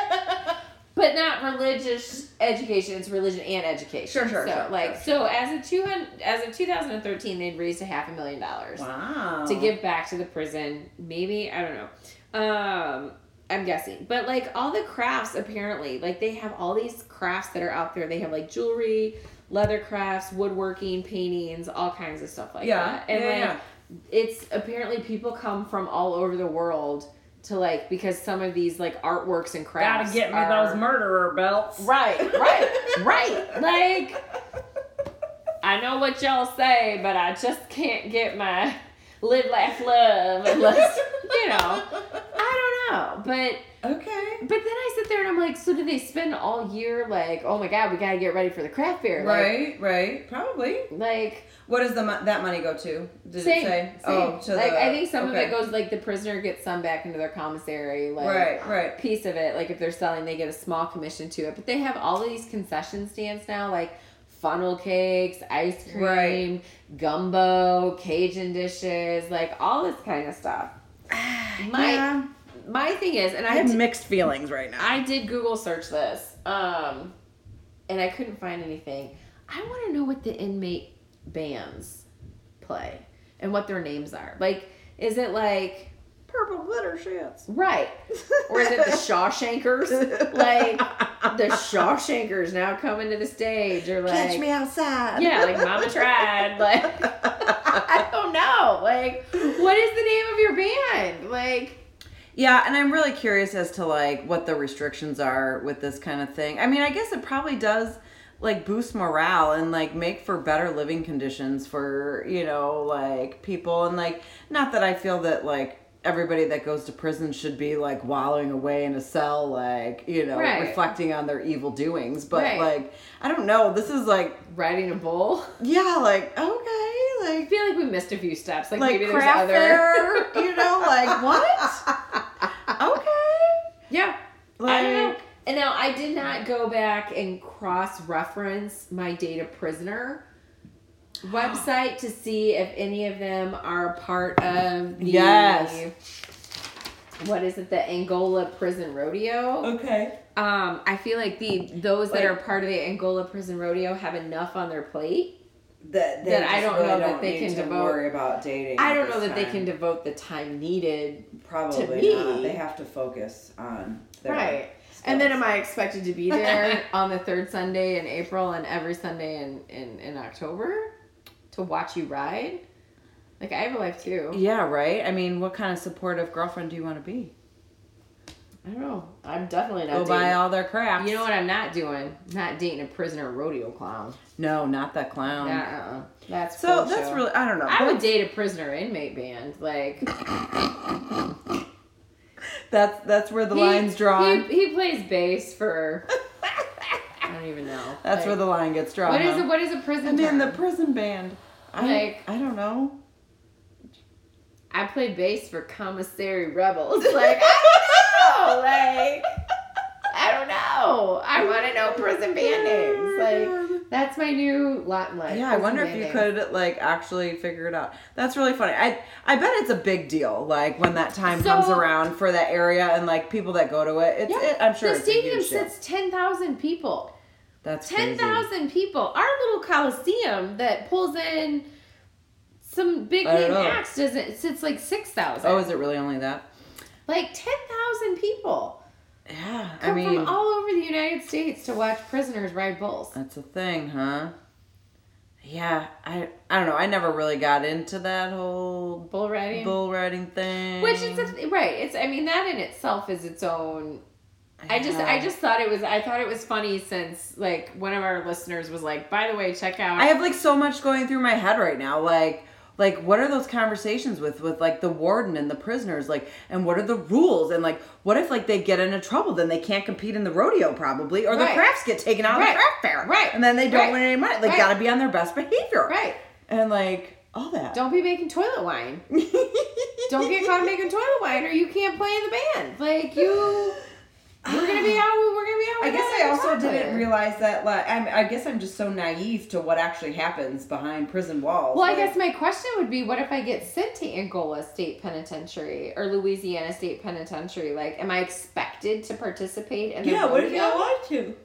[SPEAKER 1] but not religious education. It's religion and education.
[SPEAKER 2] Sure, sure,
[SPEAKER 1] So
[SPEAKER 2] sure,
[SPEAKER 1] like
[SPEAKER 2] sure,
[SPEAKER 1] so as of 200 as of 2013, they'd raised a half a million dollars.
[SPEAKER 2] wow.
[SPEAKER 1] to give back to the prison. Maybe I don't know. Um, I'm guessing, but like all the crafts, apparently, like they have all these crafts that are out there. They have like jewelry, leather crafts, woodworking, paintings, all kinds of stuff like
[SPEAKER 2] Yeah,
[SPEAKER 1] that. And
[SPEAKER 2] yeah,
[SPEAKER 1] like, it's apparently people come from all over the world to like because some of these like artworks and crafts
[SPEAKER 3] Gotta get me
[SPEAKER 1] are-
[SPEAKER 3] those murderer belts.
[SPEAKER 1] right, right, right. Like I know what y'all say, but I just can't get my live, laugh, love
[SPEAKER 2] [LAUGHS]
[SPEAKER 1] unless you know. I don't know, but
[SPEAKER 2] [LAUGHS] Okay.
[SPEAKER 1] but then I sit there and I'm like, so do they spend all year like, oh my god, we gotta get ready for the craft fair, like-
[SPEAKER 2] Right, right. Probably.
[SPEAKER 1] Like,
[SPEAKER 2] What does the mo- that money go to? Did
[SPEAKER 1] same,
[SPEAKER 2] it say?
[SPEAKER 1] same.
[SPEAKER 2] Oh, to
[SPEAKER 1] like
[SPEAKER 2] the,
[SPEAKER 1] I think some
[SPEAKER 2] okay.
[SPEAKER 1] of it goes like the prisoner gets some back into their commissary, like
[SPEAKER 2] Right, right.
[SPEAKER 1] piece of it. Like if they're selling, they get a small commission to it. But they have all of these concession stands now, like funnel cakes, ice cream,
[SPEAKER 2] Right.
[SPEAKER 1] gumbo, Cajun dishes, like all this kind of
[SPEAKER 2] [SIGHS]
[SPEAKER 1] stuff. My
[SPEAKER 2] Yeah.
[SPEAKER 1] my thing is, and I,
[SPEAKER 2] I
[SPEAKER 1] did,
[SPEAKER 2] have mixed feelings right now.
[SPEAKER 1] I did Google search this, um, and I couldn't find anything. I want to know what the inmate bands play and what their names are. Like, is it like
[SPEAKER 2] Purple glitter shits.
[SPEAKER 1] right, or is it the Shawshankers? Like the Shawshankers now coming to the stage, or like
[SPEAKER 2] Catch me outside.
[SPEAKER 1] yeah, like Mama tried. Like I don't know. Like what is the name of your band? Like
[SPEAKER 2] Yeah, and I'm really curious as to like what the restrictions are with this kind of thing. I mean, I guess it probably does like boost morale and like make for better living conditions for, you know, like people and like not that I feel that like everybody that goes to prison should be like wallowing away in a cell like, you know,
[SPEAKER 1] Right.
[SPEAKER 2] reflecting on their evil doings, but
[SPEAKER 1] Right.
[SPEAKER 2] like I don't know, this is like
[SPEAKER 1] riding a bull.
[SPEAKER 2] yeah, like okay, like
[SPEAKER 1] I feel like we missed a few steps. Like,
[SPEAKER 2] like
[SPEAKER 1] maybe there's
[SPEAKER 2] craft
[SPEAKER 1] other.
[SPEAKER 2] fair, you know, like what? okay.
[SPEAKER 1] [LAUGHS] Yeah. I don't know.
[SPEAKER 2] Like-
[SPEAKER 1] And now I did not go back and cross reference my data
[SPEAKER 2] [GASPS]
[SPEAKER 1] prisoner website to see if any of them are part of the
[SPEAKER 2] Yes.
[SPEAKER 1] what is it the Angola prison rodeo?
[SPEAKER 2] Okay.
[SPEAKER 1] Um, I feel like the those that
[SPEAKER 2] Like-
[SPEAKER 1] are part of the Angola prison rodeo have enough on their plate
[SPEAKER 2] That,
[SPEAKER 1] That I don't know that they can devote-
[SPEAKER 2] about dating.
[SPEAKER 1] I
[SPEAKER 2] at
[SPEAKER 1] don't know
[SPEAKER 2] this
[SPEAKER 1] that they
[SPEAKER 2] time.
[SPEAKER 1] can devote the time needed.
[SPEAKER 2] Probably
[SPEAKER 1] to me.
[SPEAKER 2] have to focus on
[SPEAKER 1] Right. And then am
[SPEAKER 2] skills.
[SPEAKER 1] I expected to be
[SPEAKER 2] [LAUGHS]
[SPEAKER 1] there on the third Sunday in April and every Sunday in, in, in October to watch you ride? Like I have a life too.
[SPEAKER 2] Yeah. Right. I mean, what kind of supportive girlfriend do you want to be?
[SPEAKER 1] I don't know. I'm definitely
[SPEAKER 2] Go
[SPEAKER 1] not
[SPEAKER 2] buy
[SPEAKER 1] dating.
[SPEAKER 2] all their crafts.
[SPEAKER 1] You know what I'm not doing? Not dating a prisoner rodeo clown.
[SPEAKER 2] No, not that clown.
[SPEAKER 1] Nah, uh-uh. That's
[SPEAKER 2] Um, So
[SPEAKER 1] bullshit.
[SPEAKER 2] that's really. I don't know.
[SPEAKER 1] I would date a prisoner inmate band. Like
[SPEAKER 2] that's that's where [LAUGHS] the
[SPEAKER 1] he-
[SPEAKER 2] lines drawn.
[SPEAKER 1] [LAUGHS] He, he plays bass for I don't even know.
[SPEAKER 2] [LAUGHS] that's
[SPEAKER 1] Like,
[SPEAKER 2] where the line gets drawn.
[SPEAKER 1] what is
[SPEAKER 2] huh?
[SPEAKER 1] a what is a prison?
[SPEAKER 2] And then the
[SPEAKER 1] term?
[SPEAKER 2] prison band. I,
[SPEAKER 1] Like-
[SPEAKER 2] I don't know.
[SPEAKER 1] I play bass for Commissary Rebels. [LAUGHS] Like, I don't know. Like, I don't know. I want to know prison band names. Like, that's my new lot in life.
[SPEAKER 2] Yeah, I
[SPEAKER 1] prison
[SPEAKER 2] wonder if
[SPEAKER 1] band
[SPEAKER 2] you
[SPEAKER 1] names.
[SPEAKER 2] could like actually figure it out. That's really funny. I I bet it's a big deal. Like when that time
[SPEAKER 1] So-
[SPEAKER 2] comes around for that area and like people that go to it. It's
[SPEAKER 1] Yeah,
[SPEAKER 2] it, I'm sure
[SPEAKER 1] the
[SPEAKER 2] it's a
[SPEAKER 1] stadium
[SPEAKER 2] huge deal.
[SPEAKER 1] sits 10,000 people.
[SPEAKER 2] That's crazy.
[SPEAKER 1] 10,000 people. Our little coliseum that pulls in some big
[SPEAKER 2] I don't
[SPEAKER 1] name
[SPEAKER 2] know.
[SPEAKER 1] acts doesn't sits like 6,000.
[SPEAKER 2] Oh, is it really only that?
[SPEAKER 1] Like 10,000 people
[SPEAKER 2] Yeah,
[SPEAKER 1] come
[SPEAKER 2] I mean
[SPEAKER 1] from all over the United States to watch prisoners ride bulls.
[SPEAKER 2] that's a thing, huh? Yeah, I I don't know. I never really got into that whole
[SPEAKER 1] Bull riding.
[SPEAKER 2] bull riding thing.
[SPEAKER 1] Which is a th- right. It's I mean that in itself is its own. I just
[SPEAKER 2] Yeah.
[SPEAKER 1] I just thought it was I thought it was funny since like one of our listeners was like, by the way, check out.
[SPEAKER 2] I have like so much going through my head right now. Like, like what are those conversations with with like the warden and the prisoners? Like, and what are the rules? And like, what if like they get into trouble? Then they can't compete in the rodeo probably, or the
[SPEAKER 1] Right.
[SPEAKER 2] crafts get taken out
[SPEAKER 1] Right.
[SPEAKER 2] of the craft fair,
[SPEAKER 1] Right.
[SPEAKER 2] And then they don't
[SPEAKER 1] Right.
[SPEAKER 2] win any money. They
[SPEAKER 1] Right.
[SPEAKER 2] gotta be on their best behavior,
[SPEAKER 1] right.
[SPEAKER 2] And like all that. [LAUGHS]
[SPEAKER 1] Don't be making toilet wine. Don't get caught making toilet wine, or you can't play in the band. Like you, we're gonna be out. We're gonna be out.
[SPEAKER 2] I
[SPEAKER 1] with
[SPEAKER 2] guess
[SPEAKER 1] that
[SPEAKER 2] I also
[SPEAKER 1] soccer
[SPEAKER 2] didn't
[SPEAKER 1] player.
[SPEAKER 2] realize that. Like, I'm, I guess I'm just so naive to what actually happens behind prison walls.
[SPEAKER 1] Well, I
[SPEAKER 2] Like,
[SPEAKER 1] guess my question would be, what if I get sent to Angola State Penitentiary or Louisiana State Penitentiary? Like, am I expected to participate in the
[SPEAKER 2] Yeah. What if you
[SPEAKER 1] rodeo?
[SPEAKER 2] don't want to?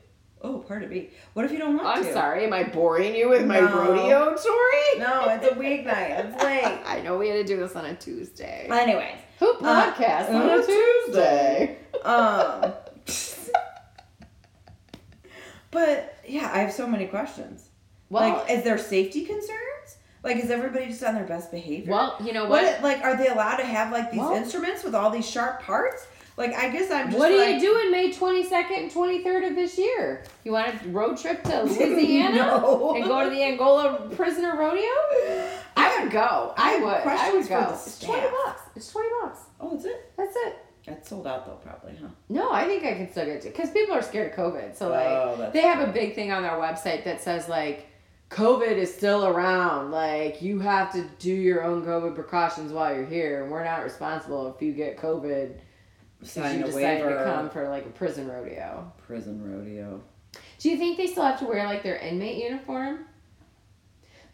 [SPEAKER 2] Oh, pardon me. What if you don't want
[SPEAKER 1] I'm
[SPEAKER 2] to?
[SPEAKER 1] sorry, am I boring you with my
[SPEAKER 2] No.
[SPEAKER 1] rodeo, Tori?
[SPEAKER 2] No, it's a weeknight. It's late.
[SPEAKER 1] I know we had to do this on a Tuesday.
[SPEAKER 2] Anyways,
[SPEAKER 1] Who podcasts
[SPEAKER 2] uh,
[SPEAKER 1] on
[SPEAKER 2] on
[SPEAKER 1] a
[SPEAKER 2] a
[SPEAKER 1] Tuesday? [LAUGHS]
[SPEAKER 2] um, but yeah, I have so many questions.
[SPEAKER 1] Well,
[SPEAKER 2] like, is there safety concerns? Like, is everybody just on their best behavior?
[SPEAKER 1] Well, you know
[SPEAKER 2] what?
[SPEAKER 1] what?
[SPEAKER 2] Like, are they allowed to have like these
[SPEAKER 1] Well-
[SPEAKER 2] instruments with all these sharp parts? Like, I guess I'm
[SPEAKER 1] What,
[SPEAKER 2] just.
[SPEAKER 1] are
[SPEAKER 2] like,
[SPEAKER 1] you
[SPEAKER 2] [LAUGHS]
[SPEAKER 1] doing May 22nd and 23rd of this year? You want a road trip
[SPEAKER 2] [LAUGHS]
[SPEAKER 1] to Louisiana
[SPEAKER 2] No.
[SPEAKER 1] and go to the Angola prisoner rodeo? I would go. I,
[SPEAKER 2] [LAUGHS] I have
[SPEAKER 1] would. I would
[SPEAKER 2] questions for
[SPEAKER 1] go.
[SPEAKER 2] the
[SPEAKER 1] It's 20
[SPEAKER 2] staff.
[SPEAKER 1] bucks. It's 20 bucks.
[SPEAKER 2] Oh, is it?
[SPEAKER 1] That's it.
[SPEAKER 2] That's sold out though, probably, huh?
[SPEAKER 1] No, I think I can still get to because people are scared of COVID. So like
[SPEAKER 2] Oh, that's
[SPEAKER 1] they have a big thing on their website that says like COVID is still around. Like you have to do your own COVID precautions while you're here, and we're not responsible if you get COVID because
[SPEAKER 2] Sign
[SPEAKER 1] you
[SPEAKER 2] a
[SPEAKER 1] decide to come
[SPEAKER 2] waiver.
[SPEAKER 1] for like a prison rodeo.
[SPEAKER 2] Prison rodeo.
[SPEAKER 1] Do you think they still have to wear like their inmate uniform?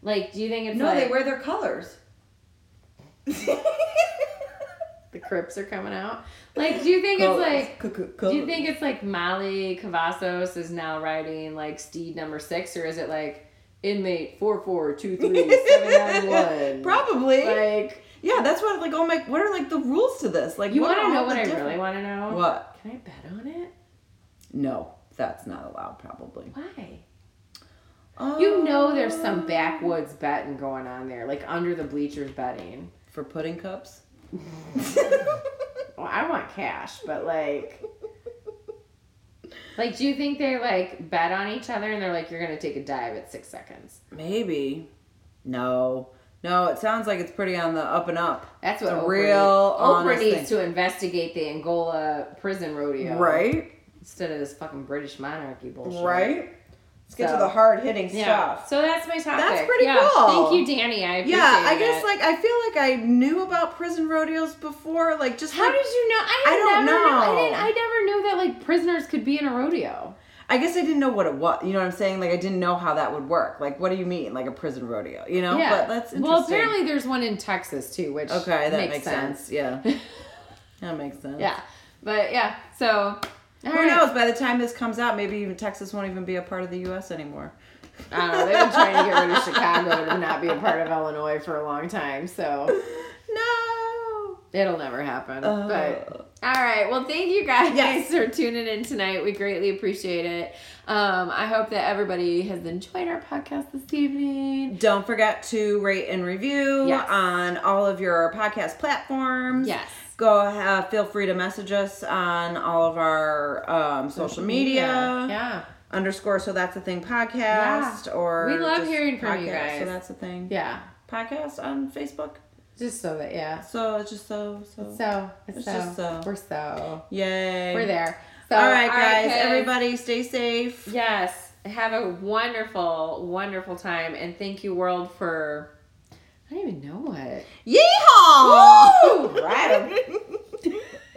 [SPEAKER 1] Like, do you think it's
[SPEAKER 2] No,
[SPEAKER 1] like
[SPEAKER 2] they wear their colors. [LAUGHS]
[SPEAKER 1] the Crips are coming out? Like, do you think it's like Do you think it's like Molly Cavazos is now riding like steed number six, or is it like inmate four four two three seven nine one?
[SPEAKER 2] [LAUGHS] Probably.
[SPEAKER 1] Like
[SPEAKER 2] yeah, that's what like oh my what are like the rules to this? Like
[SPEAKER 1] you
[SPEAKER 2] what
[SPEAKER 1] want to
[SPEAKER 2] are
[SPEAKER 1] know
[SPEAKER 2] all
[SPEAKER 1] what
[SPEAKER 2] the
[SPEAKER 1] I
[SPEAKER 2] different-
[SPEAKER 1] really want to know?
[SPEAKER 2] What?
[SPEAKER 1] Can I bet on it?
[SPEAKER 2] No, that's not allowed probably.
[SPEAKER 1] Why?
[SPEAKER 2] Oh,
[SPEAKER 1] You know there's some backwoods betting going on there, like under the bleachers betting.
[SPEAKER 2] for pudding cups.
[SPEAKER 1] Well, I want cash, but
[SPEAKER 2] [LAUGHS]
[SPEAKER 1] like, like, do you think they like bet on each other and they're like, you're gonna take a dive at six seconds?
[SPEAKER 2] [LAUGHS] Maybe. No. No, it sounds like it's pretty on the up and up.
[SPEAKER 1] That's what
[SPEAKER 2] The
[SPEAKER 1] Oprah,
[SPEAKER 2] real
[SPEAKER 1] Oprah
[SPEAKER 2] honest
[SPEAKER 1] needs to investigate the Angola prison rodeo,
[SPEAKER 2] Right?
[SPEAKER 1] Instead of this fucking British monarchy bullshit,
[SPEAKER 2] Right? Let's get
[SPEAKER 1] So-
[SPEAKER 2] to the hard hitting
[SPEAKER 1] Yeah.
[SPEAKER 2] stuff.
[SPEAKER 1] So that's my topic.
[SPEAKER 2] That's pretty
[SPEAKER 1] yeah.
[SPEAKER 2] cool.
[SPEAKER 1] Thank you, Danny. I appreciate
[SPEAKER 2] Yeah, I guess
[SPEAKER 1] it.
[SPEAKER 2] like I feel like I knew about prison rodeos before, like just
[SPEAKER 1] How
[SPEAKER 2] like
[SPEAKER 1] did you know? I,
[SPEAKER 2] I
[SPEAKER 1] never
[SPEAKER 2] don't
[SPEAKER 1] knew- I,
[SPEAKER 2] know.
[SPEAKER 1] didn't, I never knew that like prisoners could be in a rodeo.
[SPEAKER 2] I guess I didn't know what it was. You know what I'm saying? Like I didn't know how that would work. Like what do you mean? Like a prison rodeo? You know?
[SPEAKER 1] yeah.
[SPEAKER 2] But that's interesting.
[SPEAKER 1] well, apparently there's one in Texas too, which
[SPEAKER 2] Okay, that makes,
[SPEAKER 1] makes, [LAUGHS]
[SPEAKER 2] sense. Yeah.
[SPEAKER 1] sense.
[SPEAKER 2] That makes sense.
[SPEAKER 1] Yeah. But yeah, so
[SPEAKER 2] Who knows? By the time this comes out, maybe even Texas won't even be a part of the U.S. anymore. [GASPS]
[SPEAKER 1] I don't know. They've been trying to get rid of Chicago to not be a part of Illinois for a long time, so
[SPEAKER 2] No.
[SPEAKER 1] it'll never happen.
[SPEAKER 2] Oh.
[SPEAKER 1] But all right. Well, thank you guys
[SPEAKER 2] Yes.
[SPEAKER 1] for tuning in tonight. We greatly appreciate it. Um, I hope that everybody has enjoyed our podcast this evening.
[SPEAKER 2] Don't forget to rate and review
[SPEAKER 1] Yes.
[SPEAKER 2] on all of your podcast platforms.
[SPEAKER 1] Yes.
[SPEAKER 2] Go uh, feel free to message us on all of our um, social media
[SPEAKER 1] Yeah.
[SPEAKER 2] underscore so that's a thing podcast or
[SPEAKER 1] We love
[SPEAKER 2] just
[SPEAKER 1] hearing from you
[SPEAKER 2] podcast,
[SPEAKER 1] guys.
[SPEAKER 2] so that's a thing
[SPEAKER 1] Yeah.
[SPEAKER 2] podcast on Facebook
[SPEAKER 1] Just so that yeah.
[SPEAKER 2] so it's just so so,
[SPEAKER 1] So it's
[SPEAKER 2] It's
[SPEAKER 1] so,
[SPEAKER 2] just so.
[SPEAKER 1] we're so
[SPEAKER 2] yay
[SPEAKER 1] we're there. So
[SPEAKER 2] all right guys
[SPEAKER 1] kids.
[SPEAKER 2] everybody stay safe
[SPEAKER 1] Yes. Have a
[SPEAKER 2] [LAUGHS]
[SPEAKER 1] wonderful, wonderful time. And thank you, world, for. I don't even know what.
[SPEAKER 2] Yeehaw! [LAUGHS]